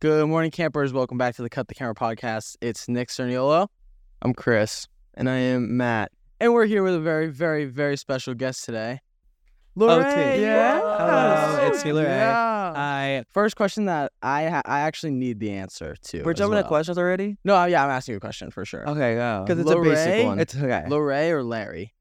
Good morning, campers. Welcome back to the Cut the Camera podcast. It's Nick Cerniolo. I'm Chris. And I am Matt. And we're here with a very, very, very special guest today. Oh, Lorraine. Yeah. Hello, Yes. it's me, Lorraine. Uh, Yeah. I First question that I ha- I actually need the answer to. we're as jumping well. at questions already. No, yeah, I'm asking you a question for sure. Okay, go. 'Cause it's a basic Lorraine? one. It's okay. Lorraine or Larry?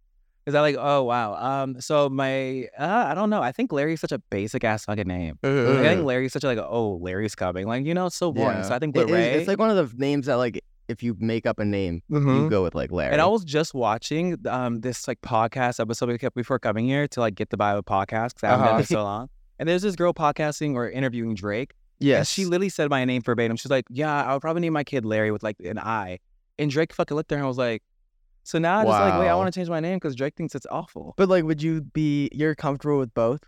Is that like oh wow? Um, so my uh, I don't know. I think Larry's such a basic ass fucking name. Like, I think Larry's such a like oh Larry's coming. Like you know it's so boring. Yeah. So I think It is- Lorraine. it's like one of the names that like if you make up a name, Hmm? you go with like Larry. And I was just watching um this like podcast episode we kept before coming here to like get the bio podcast because I haven't Uh-huh. done it in so long. And there's this girl podcasting or interviewing Drake. And yes, she literally said my name verbatim. She's like, Yeah, I would probably name my kid Larry with like an I. And Drake fucking looked at her and was like, So now I just like, wait, I Wow. want to change my name because Drake thinks it's awful. But like, would you be? You're comfortable with both?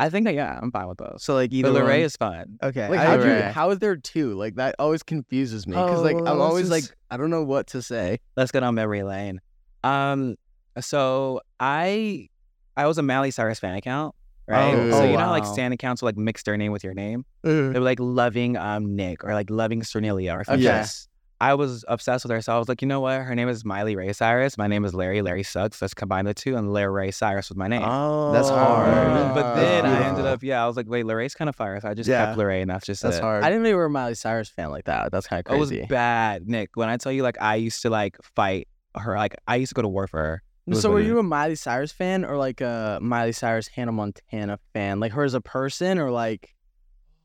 I think that, yeah, I'm fine with both. So like But either Larray is fun. okay. like I how do you, agree. how is there two? Like that always confuses me because like Oh, I'm always this is- like I don't know what to say. Let's get on memory lane. Um, so I I was a Miley Cyrus fan account, right? Oh, so oh, you know how like wow. stan accounts will like mix their name with your name? They were like loving um Nick or like loving Cernelia or something. Yes. I was obsessed with her. So I was like, you know what? Her name is Miley Ray Cyrus. My name is Larry. Larry sucks. Let's combine the two. And Larry Ray Cyrus was my name. Oh, that's hard. hard. But then That's I ended beautiful. up, yeah, I was like, wait, Larry's kind of fire. So I just Yeah. kept Larry and that's just That's it. hard. I didn't know you were a Miley Cyrus fan like that. That's kind of It was crazy. bad, Nick. When I tell you, like, I used to like fight her, like, I used to go to war for her. It was So were weird. you a Miley Cyrus fan or like a Miley Cyrus Hannah Montana fan? Like her as a person or like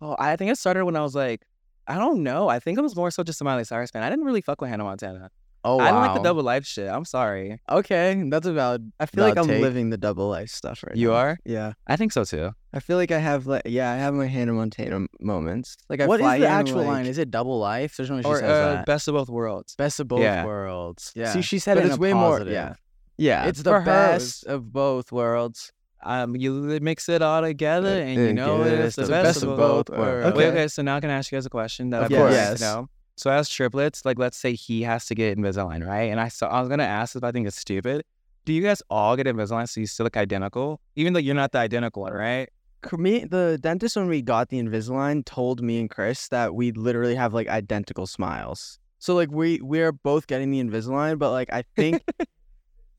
Oh, I think it started when I was like, I don't know. I think I was more so just a Miley Cyrus fan. I didn't really fuck with Hannah Montana. oh I didn't like the double life shit. I'm sorry. Okay, that's a valid. I feel valid like I'm take. living the double life stuff right You now. are? Yeah. I think so too. I feel like I have like yeah, I have my Hannah Montana m- moments. Like I What is fly the in, actual like- line? Is it double life? There's no she Or says uh, that. best of both worlds. Best of both yeah. worlds. Yeah. See, she said But it in it's a way more- positive. yeah. Yeah. It's the For her, it best of both worlds. Um, you li- mix it all together, Uh, and you and know get it's the, best, of both worlds. worlds. Wait, Okay. okay, so now can I ask you guys a question that Of I've been wanting course. to know? So as triplets, like let's say he has to get Invisalign, right? And I saw I was gonna ask if I think it's stupid. Do you guys all get Invisalign so you still look identical, even though you're not the identical one, right? Cr- Me, the dentist when we got the Invisalign told me and Chris that we literally have like identical smiles. So like we we're both getting the Invisalign, but like I think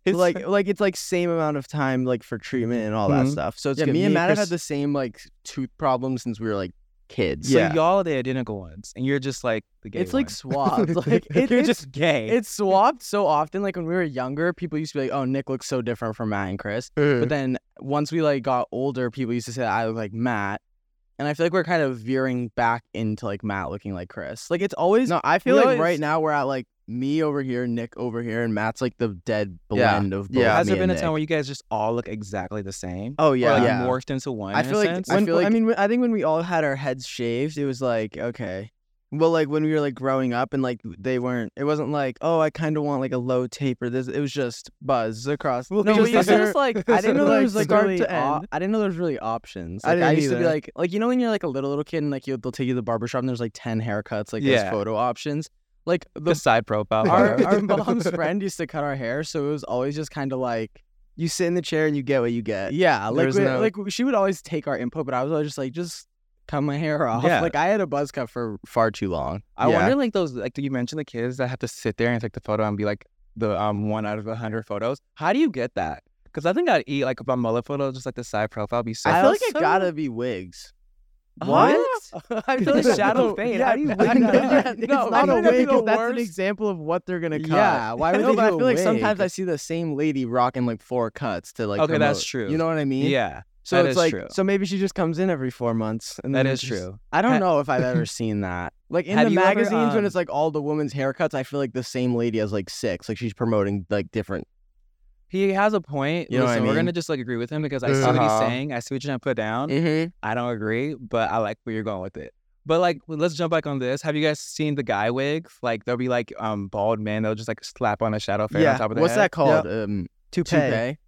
like like it's like same amount of time like for treatment and all that Mhm. stuff. So it's Mm-hmm. yeah, good. me and Matt have had Chris- the same like tooth problem since we were like kids. so yeah. y'all are the identical ones, and you're just like the gay. it's like one. swapped. Like it, you're it's just gay. It's swapped so often. Like when we were younger, people used to be like, "Oh, Nick looks so different from Matt and Chris." Mm-hmm. But then once we like got older, people used to say that I look like Matt, and I feel like we're kind of veering back into like Matt looking like Chris. Like it's always No, I feel we like always- right now we're at like me over here, Nick over here, and Matt's like the dead blend of both. Yeah. Has me there been and a time Nick. where you guys just all look exactly the same? Oh Or yeah, like yeah. morphed into one. I in a feel like sense? when, I, feel like- mean, when- I think when we all had our heads shaved, it was like okay. Well, like when we were like growing up, and like they weren't. It wasn't like oh, I kind of want like a low taper. This it was just buzz across. no, because we used to they're- just like I didn't know there Like, was like start really to op- end. I didn't know there was really options. I Like, didn't used to be either. like like you know when you're like a little little kid and like you, they'll take you to the barber shop and there's like ten haircuts like Yeah. those photo options. Like the the side profile. our, photo. our mom's friend used to cut our hair, so it was always just kind of like you sit in the chair and you get what you get. Yeah, like There's we- no- like she would always take our input, but I was always just like, just cut my hair off. Yeah. Like I had a buzz cut for far too long. I Yeah. wonder, like those, like you mentioned, the kids that have to sit there and take the photo and be like the um one out of a hundred photos. How do you get that? Because I think I'd eat like my mullet photo, just like the side profile, be so. I feel like it also- gotta be wigs. I feel like shadow fade. How do you wig that? It's no, not I a feel like wig, that'd be the 'cause that's an worst- example of what they're gonna cut. Yeah, why would No, they but I do a feel like sometimes wig? I see the same lady rocking like four cuts to like. Okay, that's promote. true. You know what I mean? Yeah, So that it's is like, true. so maybe she just comes in every four months. And that then is just- true. I Ha- don't know if I've ever seen that. Like in Have the you ever, magazines when um, it's like all the women's haircuts, I feel like the same lady has like six. Like she's promoting like different. He has a point. You know what I Listen, we're mean? gonna just like agree with him because I see what he's Uh-huh. saying. I see what you're trying to put down. Mm-hmm. I don't agree, but I like where you're going with it. But like, let's jump back on this. Have you guys seen the guy wigs? Like, they'll be like um bald men. They'll just like slap on a shadow fade on Yeah. top of their What's head. that called? Um, Toupee. I It's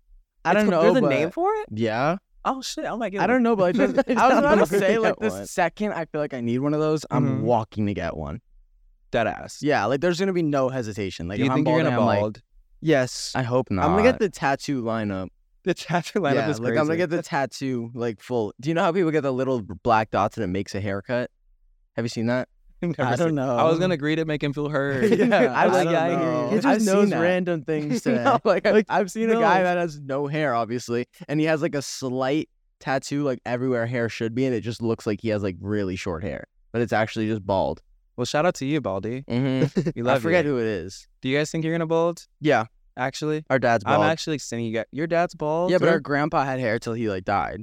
don't ca- know. There's a but, name for it. Yeah. Oh shit! I'm like, I don't know, but like, I this- I was about to don't say know like that the Mm-hmm. one. second I feel like I need one of those, I'm Mhm. walking to get one. dead ass. Yeah, like there's gonna be no hesitation. Like Do you if think I'm you're gonna balding, I'm like, bald? Yes. I hope not. I'm gonna get the tattoo lineup. the chapter lineup yeah, is like crazy. I'm gonna get the tattoo like full. Do you know how people get the little black dots and it makes a haircut? Have you seen that? Never I said- don't know. I was gonna agree to make him feel heard. Yeah, I was I like, don't yeah, I hear know. you. He just I've seen knows that. random things today. No, like, I- Like, I've seen no. a guy that has no hair, obviously, and he has like a slight tattoo, like everywhere hair should be, and it just looks like he has like really short hair, but it's actually just bald. Well, shout out to you, Baldy. Mm-hmm. We I love forget you. who it is. Do you guys think you're gonna bald? Yeah, Actually, our dad's bald. I'm actually extending you guys. Your dad's bald. yeah, but or- our grandpa had hair till he like died.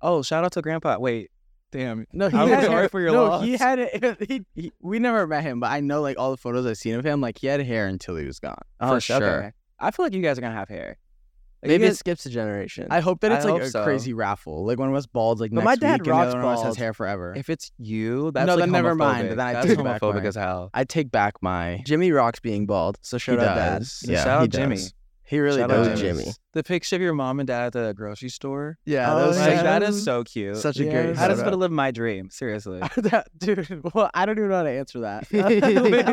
oh, shout out to Grandpa. Wait, damn. No, he I'm had sorry hair. for your no, loss. he had it. He, he- we never met him, but I know like all the photos I've seen of him, like he had hair until he was gone. Oh, for sure. okay. I feel like you guys are gonna have hair. Like, you maybe it guys- skips a generation. I hope that I it's like hope a so. crazy raffle. Like one of us bald's like next But my dad week, and the rocks other one of us has bald. hair forever. if it's you, that's No, like then never mind, homophobic. but then I that's take back homophobic mine. as hell. I take back my. Jimmy rocks being bald, so shout he out dad. does. So Yeah, shout he out Jimmy. does. He really Shout out does. to Jimmy. The picture of your mom and dad at the grocery store. Yeah, Oh, that was Like, yeah. that is so cute. such a Yes. great. How does photo. it live my dream? Seriously. that, dude? Well, I don't even know how to answer that. Wait, Like,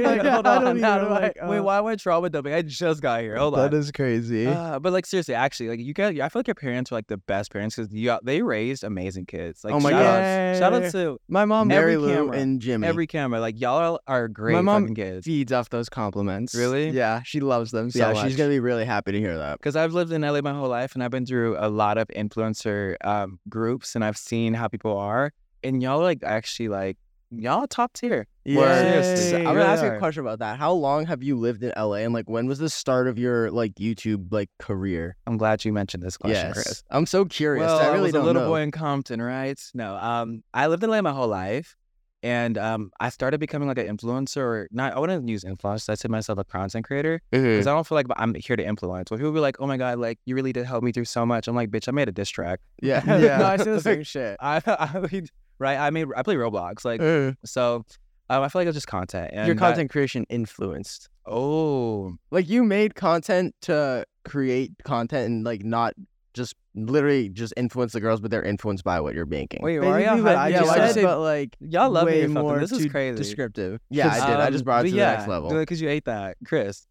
hold I don't on. even now know, do I- like, wait, uh, why am I trauma dumping? I just got here. Hold That on. is crazy. Eh? Um, Uh, but like seriously, actually, like you guys, I feel like your parents were like the best parents because you got, they raised amazing kids. Like Oh my shout out, gosh. shout out to My mom, Mary Every Lou, camera. and Jimmy. every camera. Like y'all are, are great mom fucking kids. feeds off those compliments. Really? Yeah, she loves them so Yeah, much. she's gonna be really happy to hear that. Because I've lived in LA my whole life and I've been through a lot of influencer um, groups and I've seen how people are. And y'all are like actually like y'all are top tier. Yes. Seriously. I'm You gonna really ask you are. a question about that. How long have you lived in LA, and like when was the start of your like YouTube like career? I'm glad you mentioned this question, Chris. I'm so curious. Well, I really was don't a little know. boy in Compton, right? No, um, I lived in LA my whole life, and um, I started becoming like an influencer, or not. I wouldn't use influencer. I said myself a content creator because I don't feel like I'm here to influence. But people be like, "Oh my god, like you really did help me through so much." I'm like, "Bitch, I made a diss track." Yeah. Yeah. no, I say the same shit. I, I made- right? I made I play Roblox, like so. Um, I feel like it's just content. And Your that- content creation influenced. oh, Like you made content to create content and like not just literally just influence the girls, but they're influenced by what you're making. wait, Basically Mario, what how- I you yeah, just why said- did said, you- but like y'all love me way or something. more This is too crazy. descriptive. yeah, I did. I Um, just brought but it to yeah, the next level. because you ate that, Chris.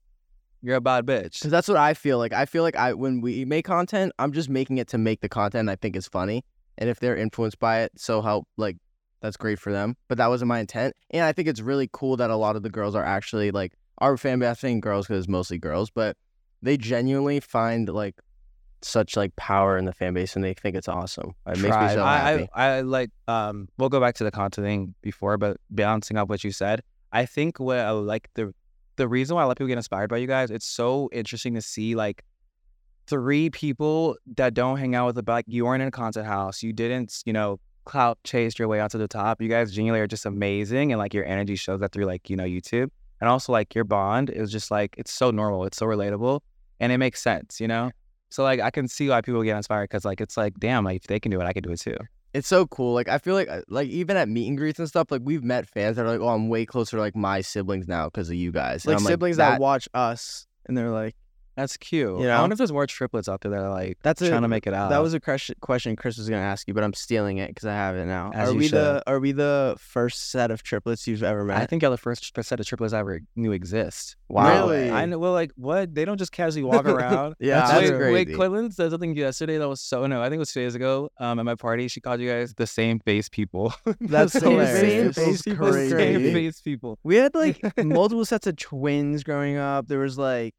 You're a bad bitch. Cause that's what I feel like. I feel like I when we make content, I'm just making it to make the content I think is funny, and if they're influenced by it, so help like that's great for them. But that wasn't my intent, and I think it's really cool that a lot of the girls are actually like our fan base. I think girls because it's mostly girls, but they genuinely find like such like power in the fan base, and they think it's awesome. It makes me so I, happy. I, I like um we'll go back to the content thing before, but balancing up what you said, I think what I like the the reason why a lot of people get inspired by you guys, it's so interesting to see like three people that don't hang out with the like you weren't in a content house, you didn't, you know, clout chased your way onto the top. You guys genuinely are just amazing and like your energy shows that through like, you know, YouTube. And also like your bond is just like it's so normal, it's so relatable and it makes sense, you know? So like I can see why people get inspired because like it's like damn like if they can do it I can do it too. it's so cool. Like I feel like uh, like even at meet and greets and stuff, like we've met fans that are like, oh, I'm way closer to like my siblings now because of you guys. And like I'm siblings that, watch us and they're like, That's cute. You I know? wonder if there's more triplets out there that are like That's a- trying to make it out. that was a crush- question Chris was gonna ask you, but I'm stealing it because I have it now. As are you we the are we the first set of triplets you've ever met? I think y'all the first tri- set of triplets I ever knew exist. Wow. Really? I know. Well, like what? They don't just casually walk around. Yeah, That's wait, true. wait, crazy. Caitlin said something yesterday that was so no. I think it was two days ago. Um, at my party, she called you guys the same face people. That's The same face hilarious. That's people, the Same crazy. face people. We had like multiple sets of twins growing up. There was like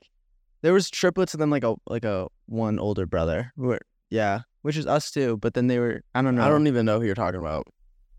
there was triplets and then like a like a one older brother. We're- yeah, which is us too. But then they were I don't know. I don't even know who you're talking about.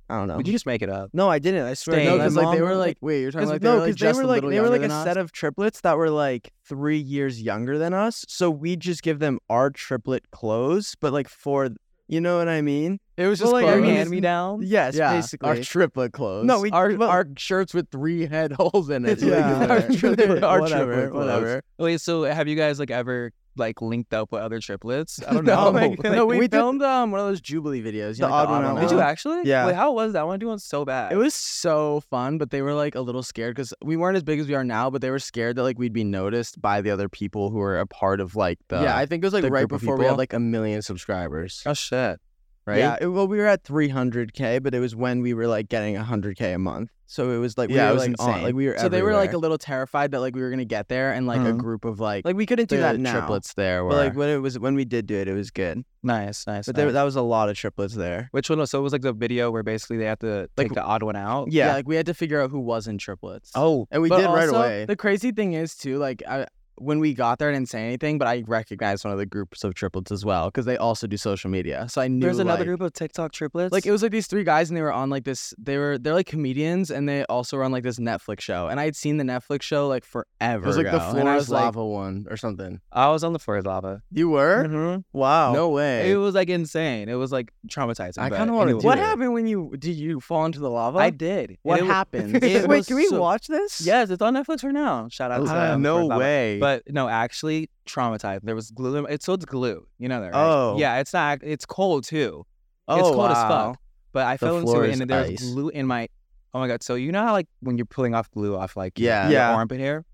I don't know. Would you just make it up? no, I didn't. I swear. Dang. No, My because like they mom- were like Wait, you're talking Cause, about no, they were, like, because they just were a like little they were like younger a than set us? of triplets that were like three years younger than us. So we just give them our triplet clothes, but like for you know what I mean? It was just just like, Your I mean, hand me down. Yes, yeah, basically. our triplet clothes. No, we- our, well- our shirts with three head holes in it. Yeah. our triplet, our Whatever, triplet clothes. whatever. Wait, so have you guys like ever like linked up with other triplets? I don't No. know. Like, No, we we, did- filmed um one of those Jubilee videos. The You know, Odd like, One Out Did you Uh, actually? yeah. Wait, how was that? I want to do one so bad. It was so fun, but they were like a little scared because we weren't as big as we are now, but they were scared that like we'd be noticed by the other people who were a part of like the yeah, I think it was like the right group of before we had people. like a million subscribers. Oh shit. right? Yeah. it- well, we were at 300k, but it was when we were like getting 100k a month. So it was like we Yeah, it were was like on, insane. like we were. So they were like a everywhere. Mm-hmm. little terrified that like we were gonna get there and like a Mhm. group of like like we couldn't do the that now. triplets there were But like when it was when we did do it, it was good. Nice, nice. But nice. there, that was a lot of triplets there. Which one? was- So it was like the video where basically they have to Like- take the odd one out. yeah. Yeah, like we had to figure out who was in triplets. Oh, and we But did right also, away. The crazy thing is too, like I, when we got there, I didn't say anything, but I recognized one of the groups of triplets as well because they also do social media. So I knew there's another like- group of TikTok triplets. Like it was like these three guys and they were on like this. They were they're like comedians and they also were on like this Netflix show. And I had seen the Netflix show like forever. it was like the ago, and I Flores was like, lava one or something. I was on the floor lava. You were? Mhm. Wow. No It way. was like insane. It was like traumatizing. I but kinda wanna anyway. do What it. happened when you did you fall into the lava? I did. what And it was- happened? it Wait, was can we so- watch this? Yes, it's on Netflix right now. Shout out to Uh, uh, no First Lava. way. But no, actually, traumatized. There was glue. in- It's so it's glue. You know that, right? Oh. yeah. It's not. It's cold too. oh, it's cold as wow. fuck. But I The fell into floor it is and there was ice. glue in my. Oh my god! So you know how like when you're pulling off glue off like your- Yeah. your Yeah. armpit hair.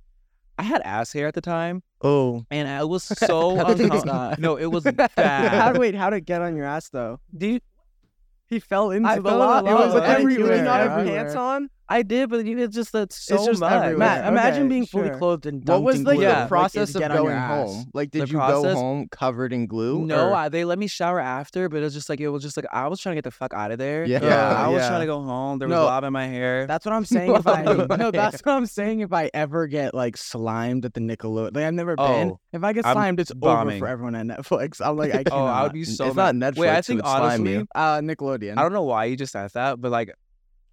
I had ass hair at the time, Oh. and I was so That's uncomfortable. not- No, it was How bad. wait, how'd it get on your ass though? Dude, He fell into I fell in the It was lava. and everywhere. he was Did you not not have everywhere. pants on? I did, but you could just that's so just much. everywhere. Matt, Okay, imagine being sure. fully clothed and dunked What was in like glue. Yeah. the it process did of get on your going ass. home? Like, did The you go process- home covered in glue? No, or- I, they let me shower after, but it was just like it was just like I was trying to get the fuck out of there. Yeah, I was yeah. trying to go home. There was No. lava in my hair. That's what I'm saying. if I Lava. no, that's what I'm saying. If I ever get like slimed at the Nickelodeon, like I've never been. Oh, If I get I'm slimed, it's bombing. over for everyone at Netflix. I'm like, I cannot. oh, I would be so. it's mad. not Netflix. Wait, I who think would slime honestly, you. uh, Nickelodeon. I don't know why you just said that, but like,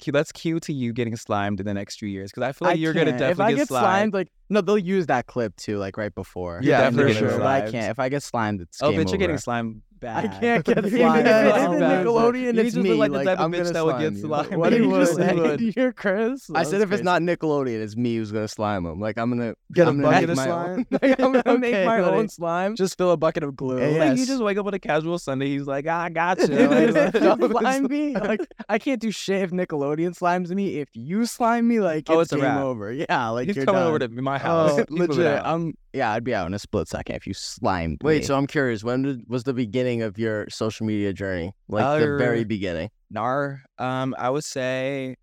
cu- that's cue to you getting slimed in the next few years because I feel like I you're gonna can't. definitely if I get, slimed. slimed, like no, they'll use that clip too, like right before. You're Yeah, definitely for getting sure. But I slimed. can't. If I get slimed, it's Oh, game bitch, you're getting over. slimed I bad. can't get If slimed. it's in If it's Bad. in Nickelodeon, You it's just look me. like the type of I'm bitch gonna that would get slime you. slimed. What do You you just say? would. You're Chris. I That's said if it's crazy. not Nickelodeon, it's me who's gonna slime him. Like I'm gonna Get a I'm gonna make bucket of my slime. own- I'm gonna Okay, make my buddy. own slime. Just fill a bucket of glue. Yeah, Like, Yes. you just wake up on a casual Sunday. He's like, ah, I got you. Like, don't Like, slime me. Like I can't do shit if Nickelodeon slimes me. If you slime me, like it's, Oh, it's a game wrap. over. Yeah, like He's you're coming done. over to my house. Oh, He's moving legit. out. I'm yeah. I'd be out in a split second if you slimed me. Wait, so I'm curious. When did, was the beginning of your social media journey? Like the very Our- beginning. Nar, um, I would say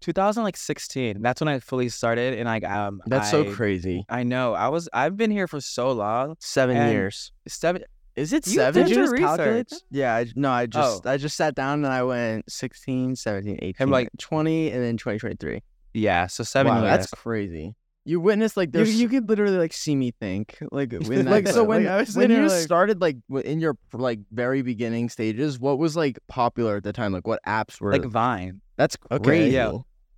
2016. That's when I fully started, and like, um, That's I- so crazy. I know. I was. I've been here for so long. Seven And- years. Seven. Oh. Is it You did your calculate research. that? Yeah, I, no, I just I just sat down and I went 16, 17, 18, like- 20 and then 2023. Yeah. So seven wow, years. that's crazy. You witnessed like you, there's you could literally like see me think. like Like, like so so when when- I was when sitting you here, like, started like w- in your like very beginning stages, what was like popular at the time? Like what apps were like Vine. that's Okay, crazy. yeah.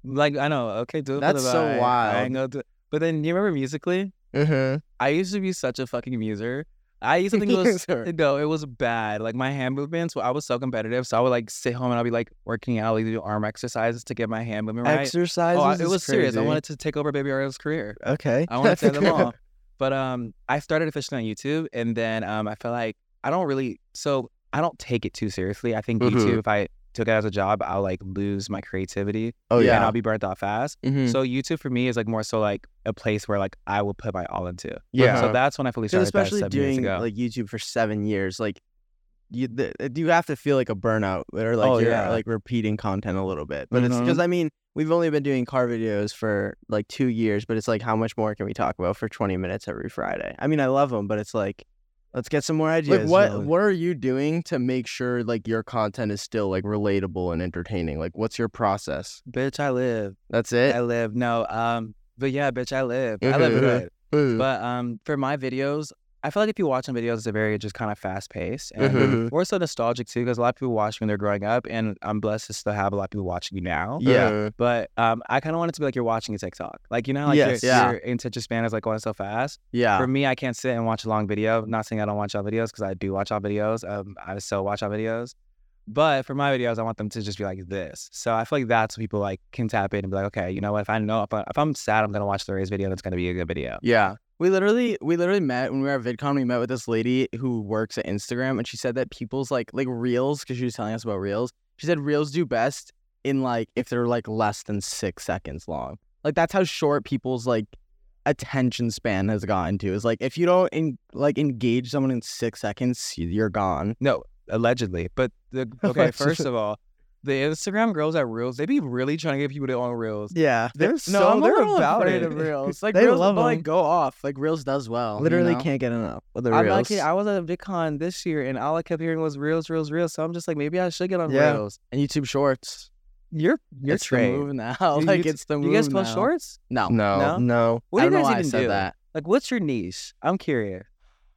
Like I know. Okay, do it. That's for the so Vine. I wild. ain't gonna do it. But then you remember musically? Uh-huh. I used to be such a fucking muser. I used to think it was eh, User. no, it was bad. Like my hand movements. Well, I was so competitive, so I would like sit home and I'd be like working out, like do arm exercises to get my hand movement right. Exercises. Oh, I- is it was serious. I crazy. wanted to take over Baby Ariel's career. Okay. I want to say them all. But um, I started officially on YouTube, and then um, I feel like I don't really. So I don't take it too seriously. I think Mhm. YouTube, if I took it as a job, I'll like lose my creativity. Oh and yeah. I'll be burnt out fast. Mhm. So YouTube for me is like more so like a place where like I will put my all into. Yeah. So that's when I fully Dude, started. that especially seven years doing ago. like YouTube for seven years, like you the, uh, you have to feel like a burnout or like Oh, you're yeah. like repeating content a little bit. But it's Mhm. because I mean we've only been doing car videos for like two years, but it's like how much more can we talk about for twenty minutes every Friday? I mean I love them, but it's like let's get some more ideas. Like what Nolan. what are you doing to make sure like your content is still like relatable and entertaining? Like what's your process? bitch, I live. That's it. I live. No. Um. But yeah, bitch, I live. I live Mm-hmm, Mhm. good. Ooh. But um, for my videos, I feel like if you watch my videos, it's a very just kind of fast paced and Mhm. more so nostalgic too, because a lot of people watch when they're growing up, and I'm blessed to still have a lot of people watching me now. yeah. But um, I kind of want it to be like you're watching a TikTok, like you know, how, like Yes. your, Yeah. your attention span is like going so fast. Yeah. For me, I can't sit and watch a long video. Not saying I don't watch all videos, because I do watch all videos. Um, I still watch all videos. But for my videos, I want them to just be like this. So I feel like that's what people like can tap in and be like, okay, you know what? If I know if, I, if I'm sad, I'm gonna watch the Ray's video. and it's gonna be a good video. Yeah. We literally we literally met when we were at VidCon. We met with this lady who works at Instagram, and she said that people's like like reels because she was telling us about reels. She said reels do best in like if they're like less than six seconds long. Like that's how short people's like attention span has gotten to. Is like if you don't en- like engage someone in six seconds, y- you're gone. No, allegedly. But the, okay, first of all, the Instagram girls at Reels, they be really trying to get people to own Reels. Yeah, They're No, so I'm they're not about it. afraid of reels. Like They reels, love but like 'em. go off. Like reels does well. you literally know? can't get enough of the I'm reels. not kidding. I was at VidCon this year, and all I kept hearing was Reels, Reels, Reels. So I'm just like, maybe I should get on Yeah. Reels. And YouTube Shorts. You're you're it's the trained. move now. You- like you- it's the move You guys post now. shorts? No. No? No, no. What I do you don't know guys why I even said do? that. Like, what's your niche? I'm curious.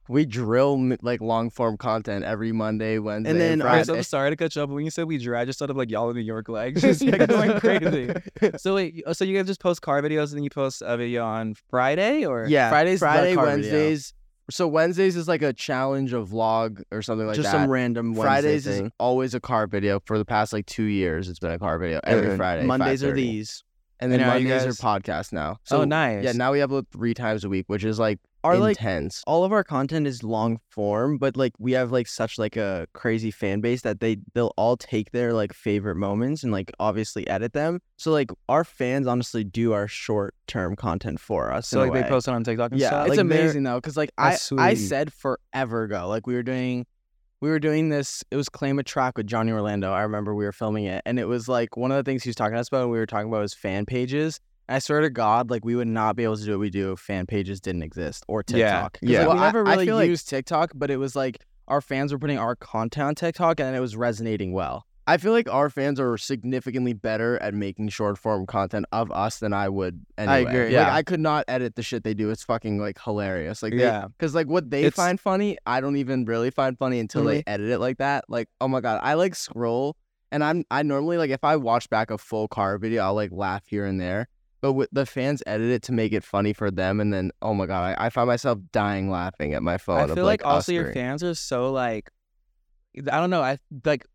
We drill m- like long form content every Monday, Wednesday, then and Chris, Friday. I'm sorry to catch up. but When you said we dry, I just thought of like y'all in New York legs, just like going crazy. So wait, you- so you guys just post car videos and then you post a video on Friday or yeah, Fridays, is the Friday, car video. Wednesdays. So Wednesdays is like a challenge, a vlog, or something like just that. some random Wednesday Fridays thing. is always a car video. For the past like two years, it's been a car video every And Friday. Mondays are 5:30. these. and then And are you Mondays guys- are podcast now. oh nice. Yeah, now we upload three times a week, which is like Are like intense. all of our content is long form, but like we have like such like a crazy fan base that they they'll all take their like favorite moments and like obviously edit them. So like our fans honestly do our short term content for us. so in like a they way. post it on TikTok and Yeah, stuff. it's like, they're- amazing though, because like I, That's I sweet. said forever ago, like we were doing, we were doing this. It was claim a track with Johnny Orlando. I remember we were filming it, and it was like one of the things he was talking to us about. And we were talking about was fan pages. And I swear to God, like we would not be able to do what we do if fan pages didn't exist or Yeah. TikTok. 'Cause, Yeah. like, Well, we I- never I really feel like- used TikTok, but it was like our fans were putting our content on TikTok, and it was resonating well. I feel like our fans are significantly better at making short form content of us than I would. Anyway. I agree, Like, yeah. I could not edit the shit they do. It's fucking like hilarious. Like, Yeah. because like what they It's- find funny, I don't even really find funny until Mm-hmm. they edit it like that. Like, oh my god, I like scroll, and I'm I normally like if I watch back a full car video, I'll like laugh here and there. But with the fans edit it to make it funny for them, and then oh my god, I, I find myself dying laughing at my phone. I of, feel like, us also your three. fans are so like, I don't know. I like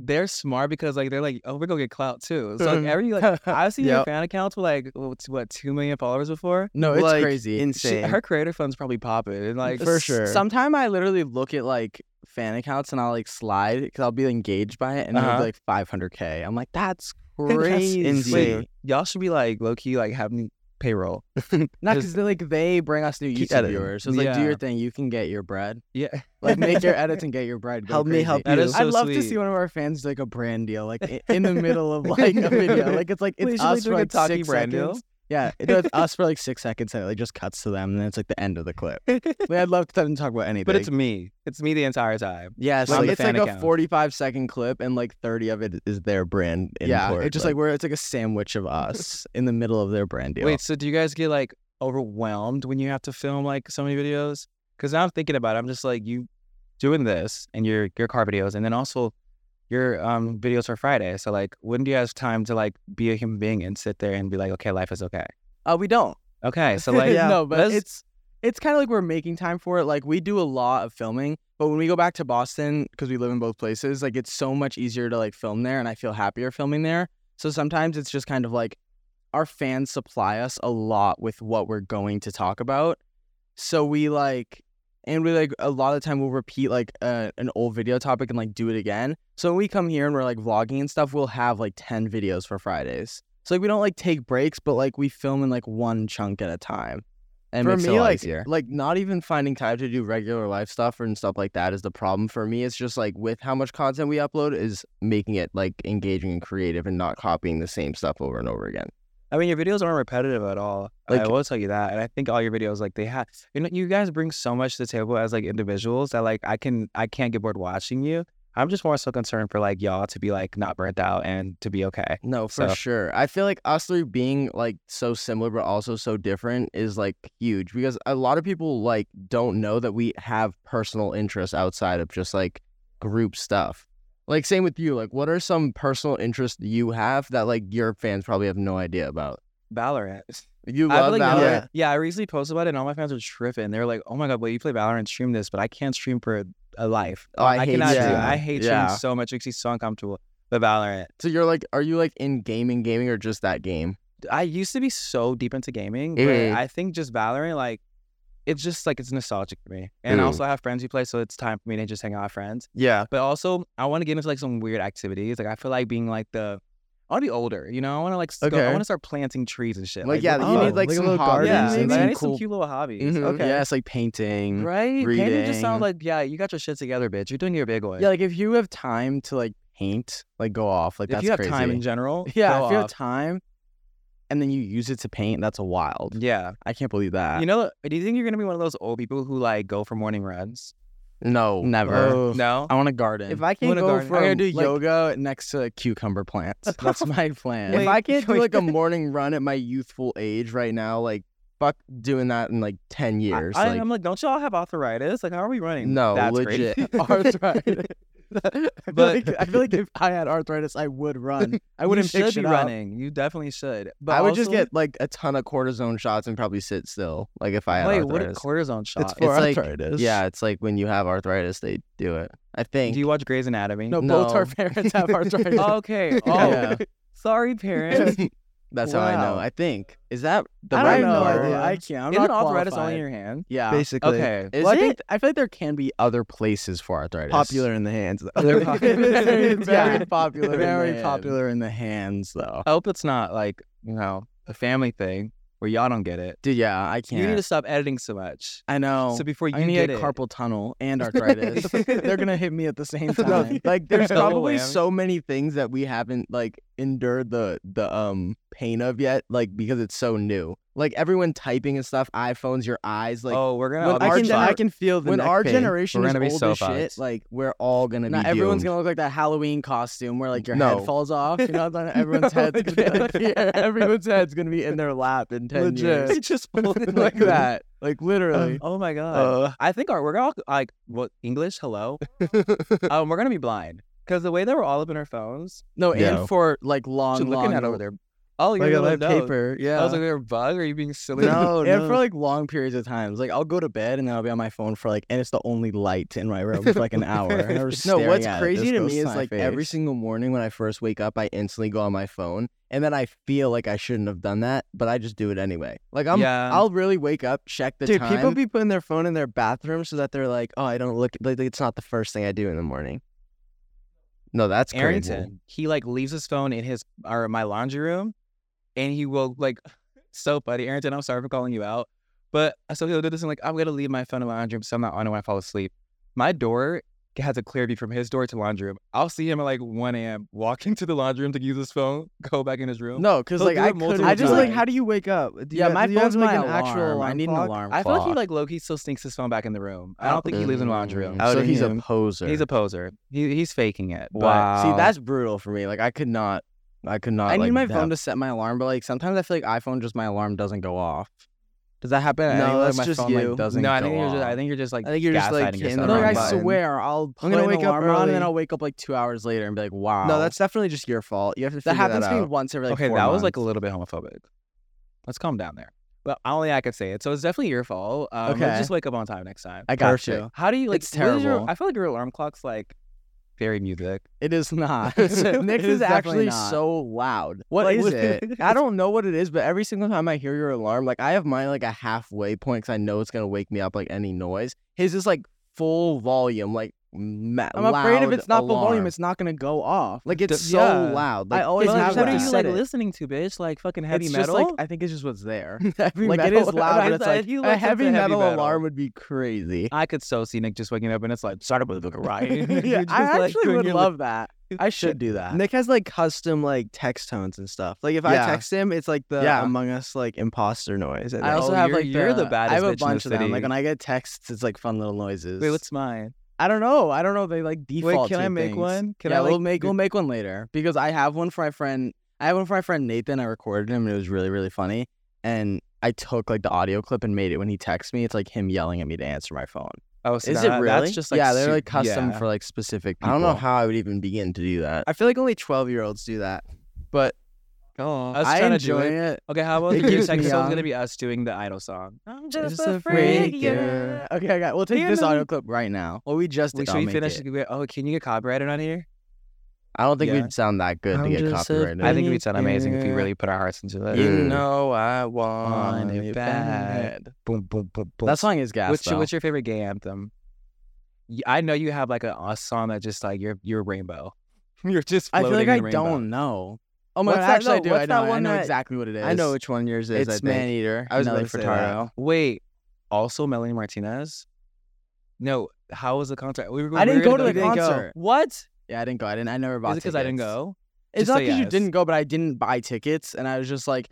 they're smart because like they're like, oh, we're gonna get clout too. So like, every like I've seen your Yep. fan accounts with like what's- what two million followers before. No, it's Like, crazy. She- insane. her creator fund's probably popping. And like For S- sure. Sometime I literally look at like fan accounts and I'll like slide because I'll be engaged by it and it'll Uh-huh. be like 500k. I'm like, that's That's crazy. insane. Wait, y'all should be like low key like having payroll. Not because they like they bring us new Keep YouTube editing. viewers. So it's like, do Yeah. your thing. You can get your bread. Yeah, Like, make your edits and get your bread. Go Help me crazy. help That you. is so I'd love to sweet. see one of our fans do, like a brand deal, like i- in the middle of like a video. Like it's like We it's should, like, us do, for like, a like talkie six brand deal. seconds. Yeah, it does us for like six seconds and it like just cuts to them and then it's like the end of the clip. Like, I'd love to them to talk about anything. but it's me. It's me the entire time. yeah, on so the it's fan like account. a 45 second clip and like 30 of it is their brand import. yeah, it's just like, we're it's like a sandwich of us in the middle of their brand deal. Wait, so do you guys get like overwhelmed when you have to film like so many videos? Because now I'm thinking about it, I'm just like you doing this and your your car videos, and then also your um videos for Friday. So like, when do you have time to like be a human being and sit there and be like, okay, life is okay. uh, we don't. Okay, so like, no, but let's- it's it's kind of like we're making time for it. Like we do a lot of filming, but when we go back to Boston because we live in both places, like it's so much easier to like film there, and I feel happier filming there. So sometimes it's just kind of like our fans supply us a lot with what we're going to talk about. So we like, and we like a lot of the time we'll repeat like a, an old video topic and like do it again. So when we come here and we're like vlogging and stuff, we'll have like ten videos for Fridays. So like we don't like take breaks, but like we film in like one chunk at a time. And it for makes me, it a lot like, easier. like not even finding time to do regular life stuff and stuff like that is the problem for me. It's just like with how much content we upload is making it like engaging and creative and not copying the same stuff over and over again. I mean, your videos aren't repetitive at all. I Like- will tell you that, and I think all your videos, like they have, you know, you guys bring so much to the table as like individuals that like I can, I can't get bored watching you. I'm just more so concerned for like y'all to be like not burnt out and to be okay. No, for So- sure. I feel like us three being like so similar but also so different is like huge because a lot of people like don't know that we have personal interests outside of just like group stuff. Like same with you. Like what are some personal interests you have that like your fans probably have no idea about? Valorant. You I feel love like Valorant. Valorant. Yeah. I recently posted about it, and all my fans were tripping. They're like, "Oh my god, wait, you play Valorant, stream this, but I can't stream for a life. Oh, I hate cannot streaming. do. I hate Yeah. streaming so much. It makes me so uncomfortable. But Valorant, So you're like are you like in gaming gaming or just that game? I used to be so deep into gaming, but Mhm. I think just Valorant, like, it's just like it's nostalgic for me. And Mm. also, I have friends who play, so it's time for me to just hang out with friends. Yeah. But also, I want to get into like some weird activities. Like, I feel like being like the, I want to be older. You know, I want to like go, I Okay. want to start planting trees and shit. Like, yeah, you oh, need like, like a some little hobbies. garden, yeah, maybe? like, I some need some cool- Mm-hmm, cute little hobbies. Mhm. Okay, Yeah, it's like painting. right. Painting just sound reading. like yeah, you got your shit together, bitch. You're doing your big one. Yeah, like if you have time to like paint, like go off. Like if that's you have crazy. time in general, yeah, go if you have off. time, and then you use it to paint, that's wild. yeah. I can't believe that. You know, do you think you're gonna be one of those old people who like go for morning runs? No, Never. Or- no. I want a garden. If I can Wanna go garden. from I'm gonna do like, yoga next to cucumber plants. That's my plan. if I can't can't do do like a morning run at my youthful age right now. Like fuck doing that in like ten years. I, like, am like, don't y'all have arthritis? Like, how are we running? no, That's legit. Crazy. arthritis. I feel, But- like, I feel like if I had arthritis, I would run. I wouldn't you pick should shit be up. running. You definitely should. But I would just also- get like a ton of cortisone shots and probably sit still. Like if I had wait. What a arthritis. cortisone shot? It's it's for like- arthritis. yeah, it's like when you have arthritis, they do it. I think. Do you watch Grey's Anatomy? No, both No. our parents have arthritis. Okay. Oh, Yeah. sorry, parents. That's how I know. Wow. I think is that the I right don't know. part? I can't. I'm Isn't not arthritis qualified. only in your hand? Yeah. basically Okay. Is well, I it? think I feel like there can be other places for arthritis. popular in the hands. though. They're popular. very, Yeah. very popular. in Very the hand. popular in the hands, though. I hope it's not like you know a family thing where y'all don't get it. Dude, yeah, I You need can't. to stop editing so much. I know. So before you I need get a it, carpal tunnel and arthritis. They're gonna hit me at the same No, time. like there's Double probably whammy. so many things that we haven't like endured the the um pain of yet, like because it's so new. Like everyone typing and stuff, iPhones, your eyes, like oh, we're when gonna. all be our I can fucked. I gener- can feel the when neck our pain. generation We're is gonna be old so as shit, fucked. like we're all gonna Not be everyone's doomed. gonna look like that Halloween costume where like your No. head falls off. You know, then everyone's No, head's gonna be, yeah, everyone's head's gonna be in their lap in ten Legit. years. They just pulled it like that, like literally. Oh my god! Uh, I think our, we're all like what English? Hello. um, we're gonna be blind because the way that we're all up in our phones, no, Yeah. and for like long, just looking long at over there. Oh, you're like a gonna live know. paper. I Yeah. was like, "You're a bug? Are you being silly?" no, and for no. like long periods of times, like I'll go to bed and then I'll be on my phone for like, and it's the only light in my room for like an hour. And I'm just No, staring what's at it, crazy just to goes me to is my like every face. single morning when I first wake up, I instantly go on my phone, and then I feel like I shouldn't have done that, but I just do it anyway. Like I'm, Yeah. I'll really wake up, check the Dude, time. people be putting their phone in their bathroom so that they're like, oh, I don't look. Like, it's not the first thing I do in the morning. no, that's crazy. Arrington, he like leaves his phone in his or my laundry room, and he will like so buddy. Arrington, I'm sorry for calling you out, but so he'll do this and like I'm gonna leave my phone in my laundry room so I'm not on it when I fall asleep. My door has a clear view from his door to laundry room. I'll see him at like 1 a.m. walking to the laundry room to use his phone, go back in his room. No, because He'll like do I it multiple couldn't. I just like, times. how do you wake up? Do you yeah, have- my do you have, phone's like, my an actual alarm. alarm I need an clock? alarm. I feel like he clock. like low key still sneaks his phone back in the room. I don't think he leaves in the laundry room. So Outing he's a him. poser. He's a poser. He, he's faking it. but- See, that's brutal for me. Like I could not. I could not. I need like, my that- phone to set my alarm, but like sometimes I feel like iPhone just my alarm doesn't go off. Does that happen? No, I think, like, that's my just phone, you. Like, doesn't no, I go think you're just. I off. think you're just like. I think you're just, like, gaslighting hitting yourself. the like wrong I button. swear, I'll play gonna an wake up alarm on and then early. I'll wake up like two hours later and be like, wow. No, that's definitely just your fault. You have to figure that happens that to me out. once every like okay, four that was like a months. little bit homophobic. Let's calm down there. But only I could say it. So it's definitely your fault. Um, Okay. Let's just wake up on time next time. I got Perfect. you. How do you like? It's what is your- terrible. I feel like your alarm clock's like very music. It is not. Nick's Nick's is actually so. so loud. What Like, is what- it? I don't know what it is, but every single time I hear your alarm, like I have mine like a halfway point because I know it's gonna wake me up like any noise. His is like full volume, like ma- I'm afraid if loud it's not full alarm. volume, it's not gonna go off. like it's d- so yeah. loud. I Like, always Well, like, have what that. are you Set like it. listening to, bitch? Like fucking heavy it's metal. just like I think it's just what's there. heavy like it metal- is loud, but I it's thought like he a looked heavy, into heavy metal, metal. alarm would be crazy. I could so see Nick just waking up and it's like started with a riot. You're yeah, just, I like, actually doing would your love that. I should do that. Nick has like custom like text tones and stuff. Like if Yeah. I text him, it's like the um, Yeah. Among Us like imposter noise. I also Oh, have you're- like you're the baddest I have bitch a in the bunch of city. them. Like when I get texts, it's like fun little noises. Wait, what's mine? I don't know. I don't know. They like Wait, default. can to I make things. one? Can yeah, I like, we'll make do- we'll make one later because I have one for my friend. I have one for my friend Nathan. I recorded him and it was really really funny. And I took like the audio clip and made it when he texts me. It's like him yelling at me to answer my phone. Oh, so Is that- it really? That's just like yeah, they're su- like custom yeah. for like specific. I People. don't know how I would even begin to do that. I feel like only twelve year olds do that. But Oh, us I trying enjoy to do it. it. Okay, how about It the next keeps me um episode is young. gonna be us doing the idol song? I'm just a freak, Freak, yeah. Okay, I got. We'll take Yeah, this no, audio we- clip right now. Well, we just Wait, did. should I'll we make finish? it. it? Oh, can you get copyrighted on here? I don't think Yeah. we'd sound that good to I'm get just a copyrighted. I think it would sound Freak, amazing if we yeah. really put our hearts into it. You Mm. know I want it bad. Boom, boom, boom, boom. That song is gas. What's your, though. what's your favorite gay anthem? Y- I know you have like a, a song that just like you're you're rainbow. You're just. I feel floating like I in rainbow. don't know. Oh my What's god, that- actually I no, do. I what's know. that I one know that- exactly what it is. I know which one yours is. it's I man think. eater. I was No, about it's to say Taro. Wait, also Melanie Martinez. No, how was the concert? We were. I didn't we were go gonna to the go concert. What? Yeah, I didn't go. I didn't. I never bought. Is it because I didn't go? It's Just not say because you yes. didn't go, but I didn't buy tickets, and I was just like,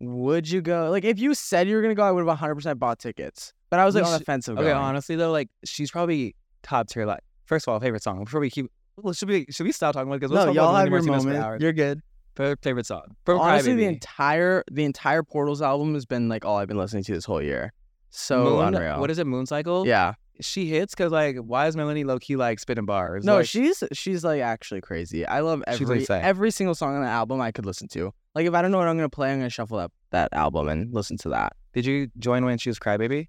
"Would you go?" Like, if you said you were gonna go, I would have 100 percent bought tickets. But I was We like on should- the fence of Okay, going. honestly though, like she's probably top tier. Like first of all, favorite song. Before we keep, well, should we should we stop talking about? Because we'll No, talk y'all about have your Melanie Martinez for moment. hours. You're good. Fa- favorite song from honestly, Crybaby. the entire the entire Portals album has been like all I've been listening to this whole year. So Moon, unreal. What is it? Moon Cycle. yeah. she hits because like, why is Melanie low key like spinning bars? No, Like, she's she's like actually crazy. I love She's every insane. every single song on the album I could listen to. Like if I don't know what I'm gonna play, I'm gonna shuffle up that album and listen to that. Did you join when she was Crybaby?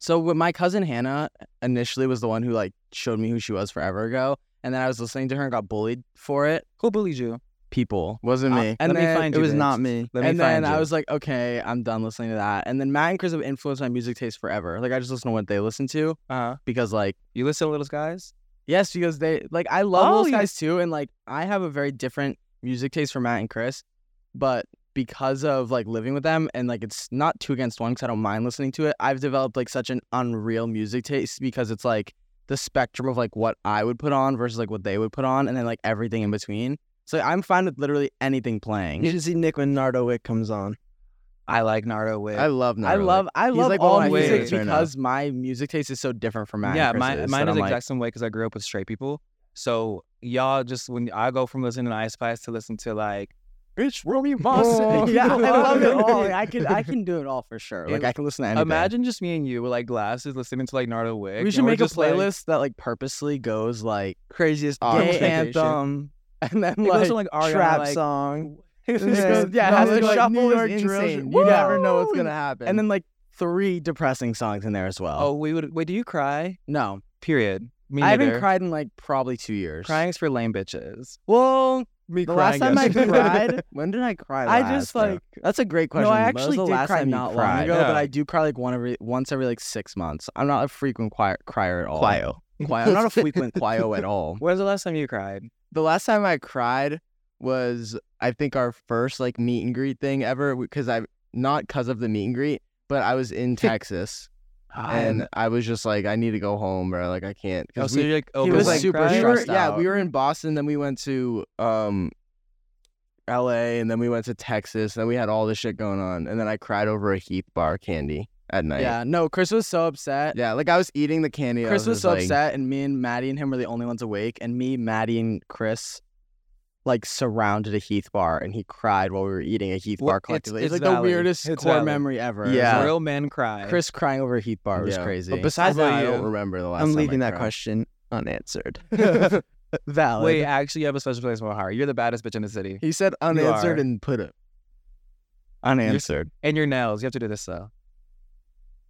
So when my cousin Hannah initially was the one who like showed me who she was forever ago, and then I was listening to her and got bullied for it. Who bullied you? People. Wasn't Uh, me. and Let me then find it you was bitch. not me. Let me and find then you. I was like, okay, I'm done listening to that. And then Matt and Chris have influenced my music taste forever. Like I just listen to what they listen to uh-huh. because like You listen to Little Skies? yes, because they like I love Oh, those you- guys too, and like I have a very different music taste for Matt and Chris, but because of like living with them and like it's not two against one because I don't mind listening to it. I've developed like such an unreal music taste because it's like the spectrum of like what I would put on versus like what they would put on, and then like everything in between. So I'm fine with literally anything playing. You should see Nick when Nardo Wick comes on. I like Nardo with. I love Nardo. I love I love like one all of my music favorites right now. because my music taste is so different from Matt. yeah, and mine, Chris's mine that is I'm the like, exact same way because I grew up with straight people. So y'all just when I go from listening to Ice Spice to listen to like Bitch, Romy Mossin. Oh, yeah, I love it all. Like, I can I can do it all for sure. It- Like I can listen to anything. imagine just me and you with like glasses listening to like Nardo Wick. we and should we're make a just, like- playlist that like purposely goes like Craziest gay dog anthem. anthem, and then it goes like from like Ariana, Trap like, song. it just Yeah. goes- yeah, No, it has it's to like shuffle New is York drill shit. insane. You never know what's Woo! gonna happen. and then like three depressing songs in there as well. Oh, we would. Wait, do you cry? no, Period. Me I haven't neither. cried in like probably two years. Crying's for lame bitches. Well, me the last time I yesterday. cried, when did I cry? I last? just bro? like That's a great question. No, I When was actually the did last cry time and you not long cried. ago, but Yeah. I do cry like one every once every like six months. I'm not a frequent quiet crier at all. Quio. Quiet. I'm not a frequent quio at all. When's the last time you cried? the last time I cried was I think our first like meet and greet thing ever because I not because of the meet and greet, but I was in Texas and I was just like I need to go home, bro. Like I can't oh, because so you're like He over was like, super crying? we were, stressed yeah out. we were in Boston, then we went to um. LA and then we went to Texas and then we had all this shit going on and then I cried over a Heath bar candy at night. Yeah, no, Chris was so upset. Yeah, like I was eating the candy. I Chris was just so like- upset, and me and Maddie and him were the only ones awake. And me, Maddie, and Chris, like surrounded a Heath bar, and he cried while we were eating a Heath Well, bar it's- collectively. It's, it's like valid. the weirdest It's core valid. memory ever. Yeah. It was Real men cry. like, Chris crying over a Heath bar was Yeah. crazy. But besides How that, about I don't you? remember the last I'm time I leaving that cried. question unanswered. valid. Wait, actually, you have a special place in my heart. You're the baddest bitch in the city. He said unanswered unanswered and put it. Unanswered. And your nails. You have to do this though.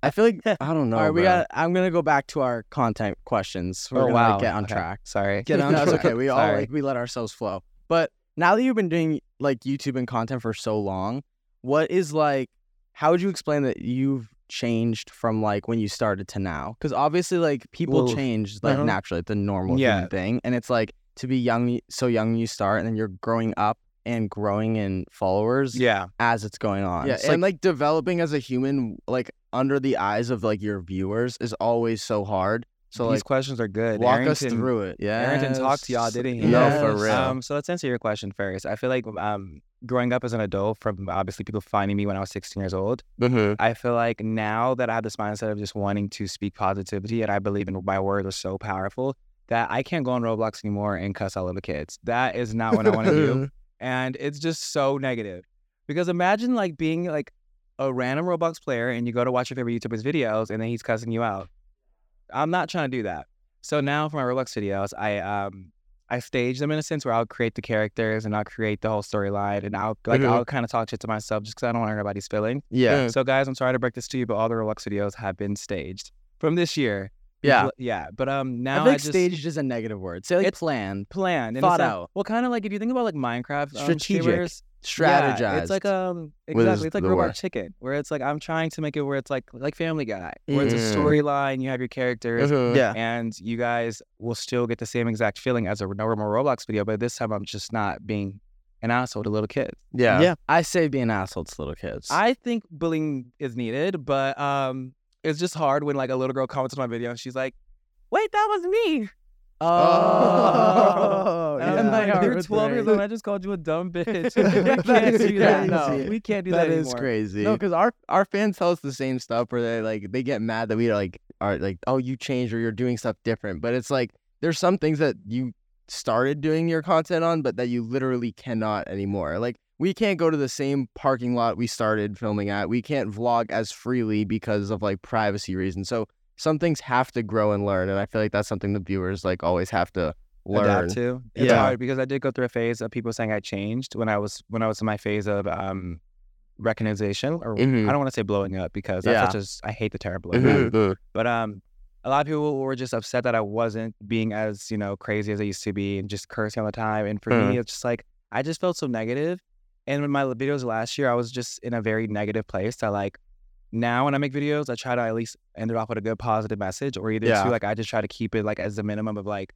I feel like I don't know. All right, we bro. got. I'm gonna go back to our content questions. oh We're gonna like, wow. get on Okay. track. Sorry. Get on. That's okay. We all Sorry. like we let ourselves flow. But now that you've been doing like YouTube and content for so long, what is like? How would you explain that you've changed from like when you started to now? Because obviously, like people Well, change like uh-huh. naturally. It's a normal Yeah. human thing, and it's like to be young, so young you start, and then you're growing up and growing in followers Yeah. as it's going on. Yeah, It's, and like developing as a human, like under the eyes of like your viewers, is always so hard. So These like, questions are good. walk us Arrington- through it. yeah. Arrington talked to y'all, didn't he? No, for Yes. real. Um, so let's answer your question first. I feel like um, growing up as an adult, from obviously people finding me when I was 16 years old, I feel like now that I have this mindset of just wanting to speak positivity and I believe in my words are so powerful that I can't go on Roblox anymore and cuss out little kids. That is not what I want to do. And it's just so negative. Because imagine like being like a random Roblox player and you go to watch your favorite YouTuber's videos and then he's cussing you out. I'm not trying to do that. So now for my Roblox videos, I um I stage them in a sense where I'll create the characters and I'll create the whole storyline and I'll like Mm-hmm. Mhm. I'll kind of talk shit to myself just because I don't want to hurt anybody's feelings. yeah, So, guys, I'm sorry to break this to you, but all the Roblox videos have been staged from this year. Yeah. Bl- yeah. But um, I now I, feel like just staged is a negative word. Say like It's- planned, planned, in a thought sense- out. Well, kind of like if you think about like Minecraft um, Strategic. streamers, strategize. Yeah, it's like um, What is exactly. It's like the Robot word? Chicken, where it's like I'm trying to make it where it's like like Family Guy, where it's a Mhm. storyline. You have your characters. Mhm. Yeah. And you guys will still get the same exact feeling as a normal Roblox video, but this time I'm just not being an asshole to little kids. Yeah. yeah, I say be an asshole to little kids. I think bullying is needed, but um, it's just hard when like a little girl comments on my video and she's like, "Wait, that was me." Oh, And I'm yeah. like, Heart you're would 12 years break. old. I just called you a dumb bitch. we That can't is do that. No, crazy. we can't do that, That is anymore. crazy. No, because our our fans tell us the same stuff where they like they get mad that we are like are like oh you changed or you're doing stuff different, but it's like there's some things that you started doing your content on, but that you literally cannot anymore. Like we can't go to the same parking lot we started filming at. We can't vlog as freely because of like privacy reasons. So some things have to grow and learn, and I feel like that's something the viewers like always have to learn. adapt to. It's Yeah. hard because I did go through a phase of people saying I changed when I was when I was in my phase of um recognition or Mhm. I don't want to say blowing up because that's Yeah. such as I hate the term blowing up. Mhm. But um a lot of people were just upset that I wasn't being as, you know, crazy as I used to be and just cursing all the time. And for Mm. me it's just like I just felt so negative. And with my videos last year, I was just in a very negative place that like now when I make videos, I try to at least end it off with a good positive message, or either Yeah. too, like I just try to keep it like as the minimum of like,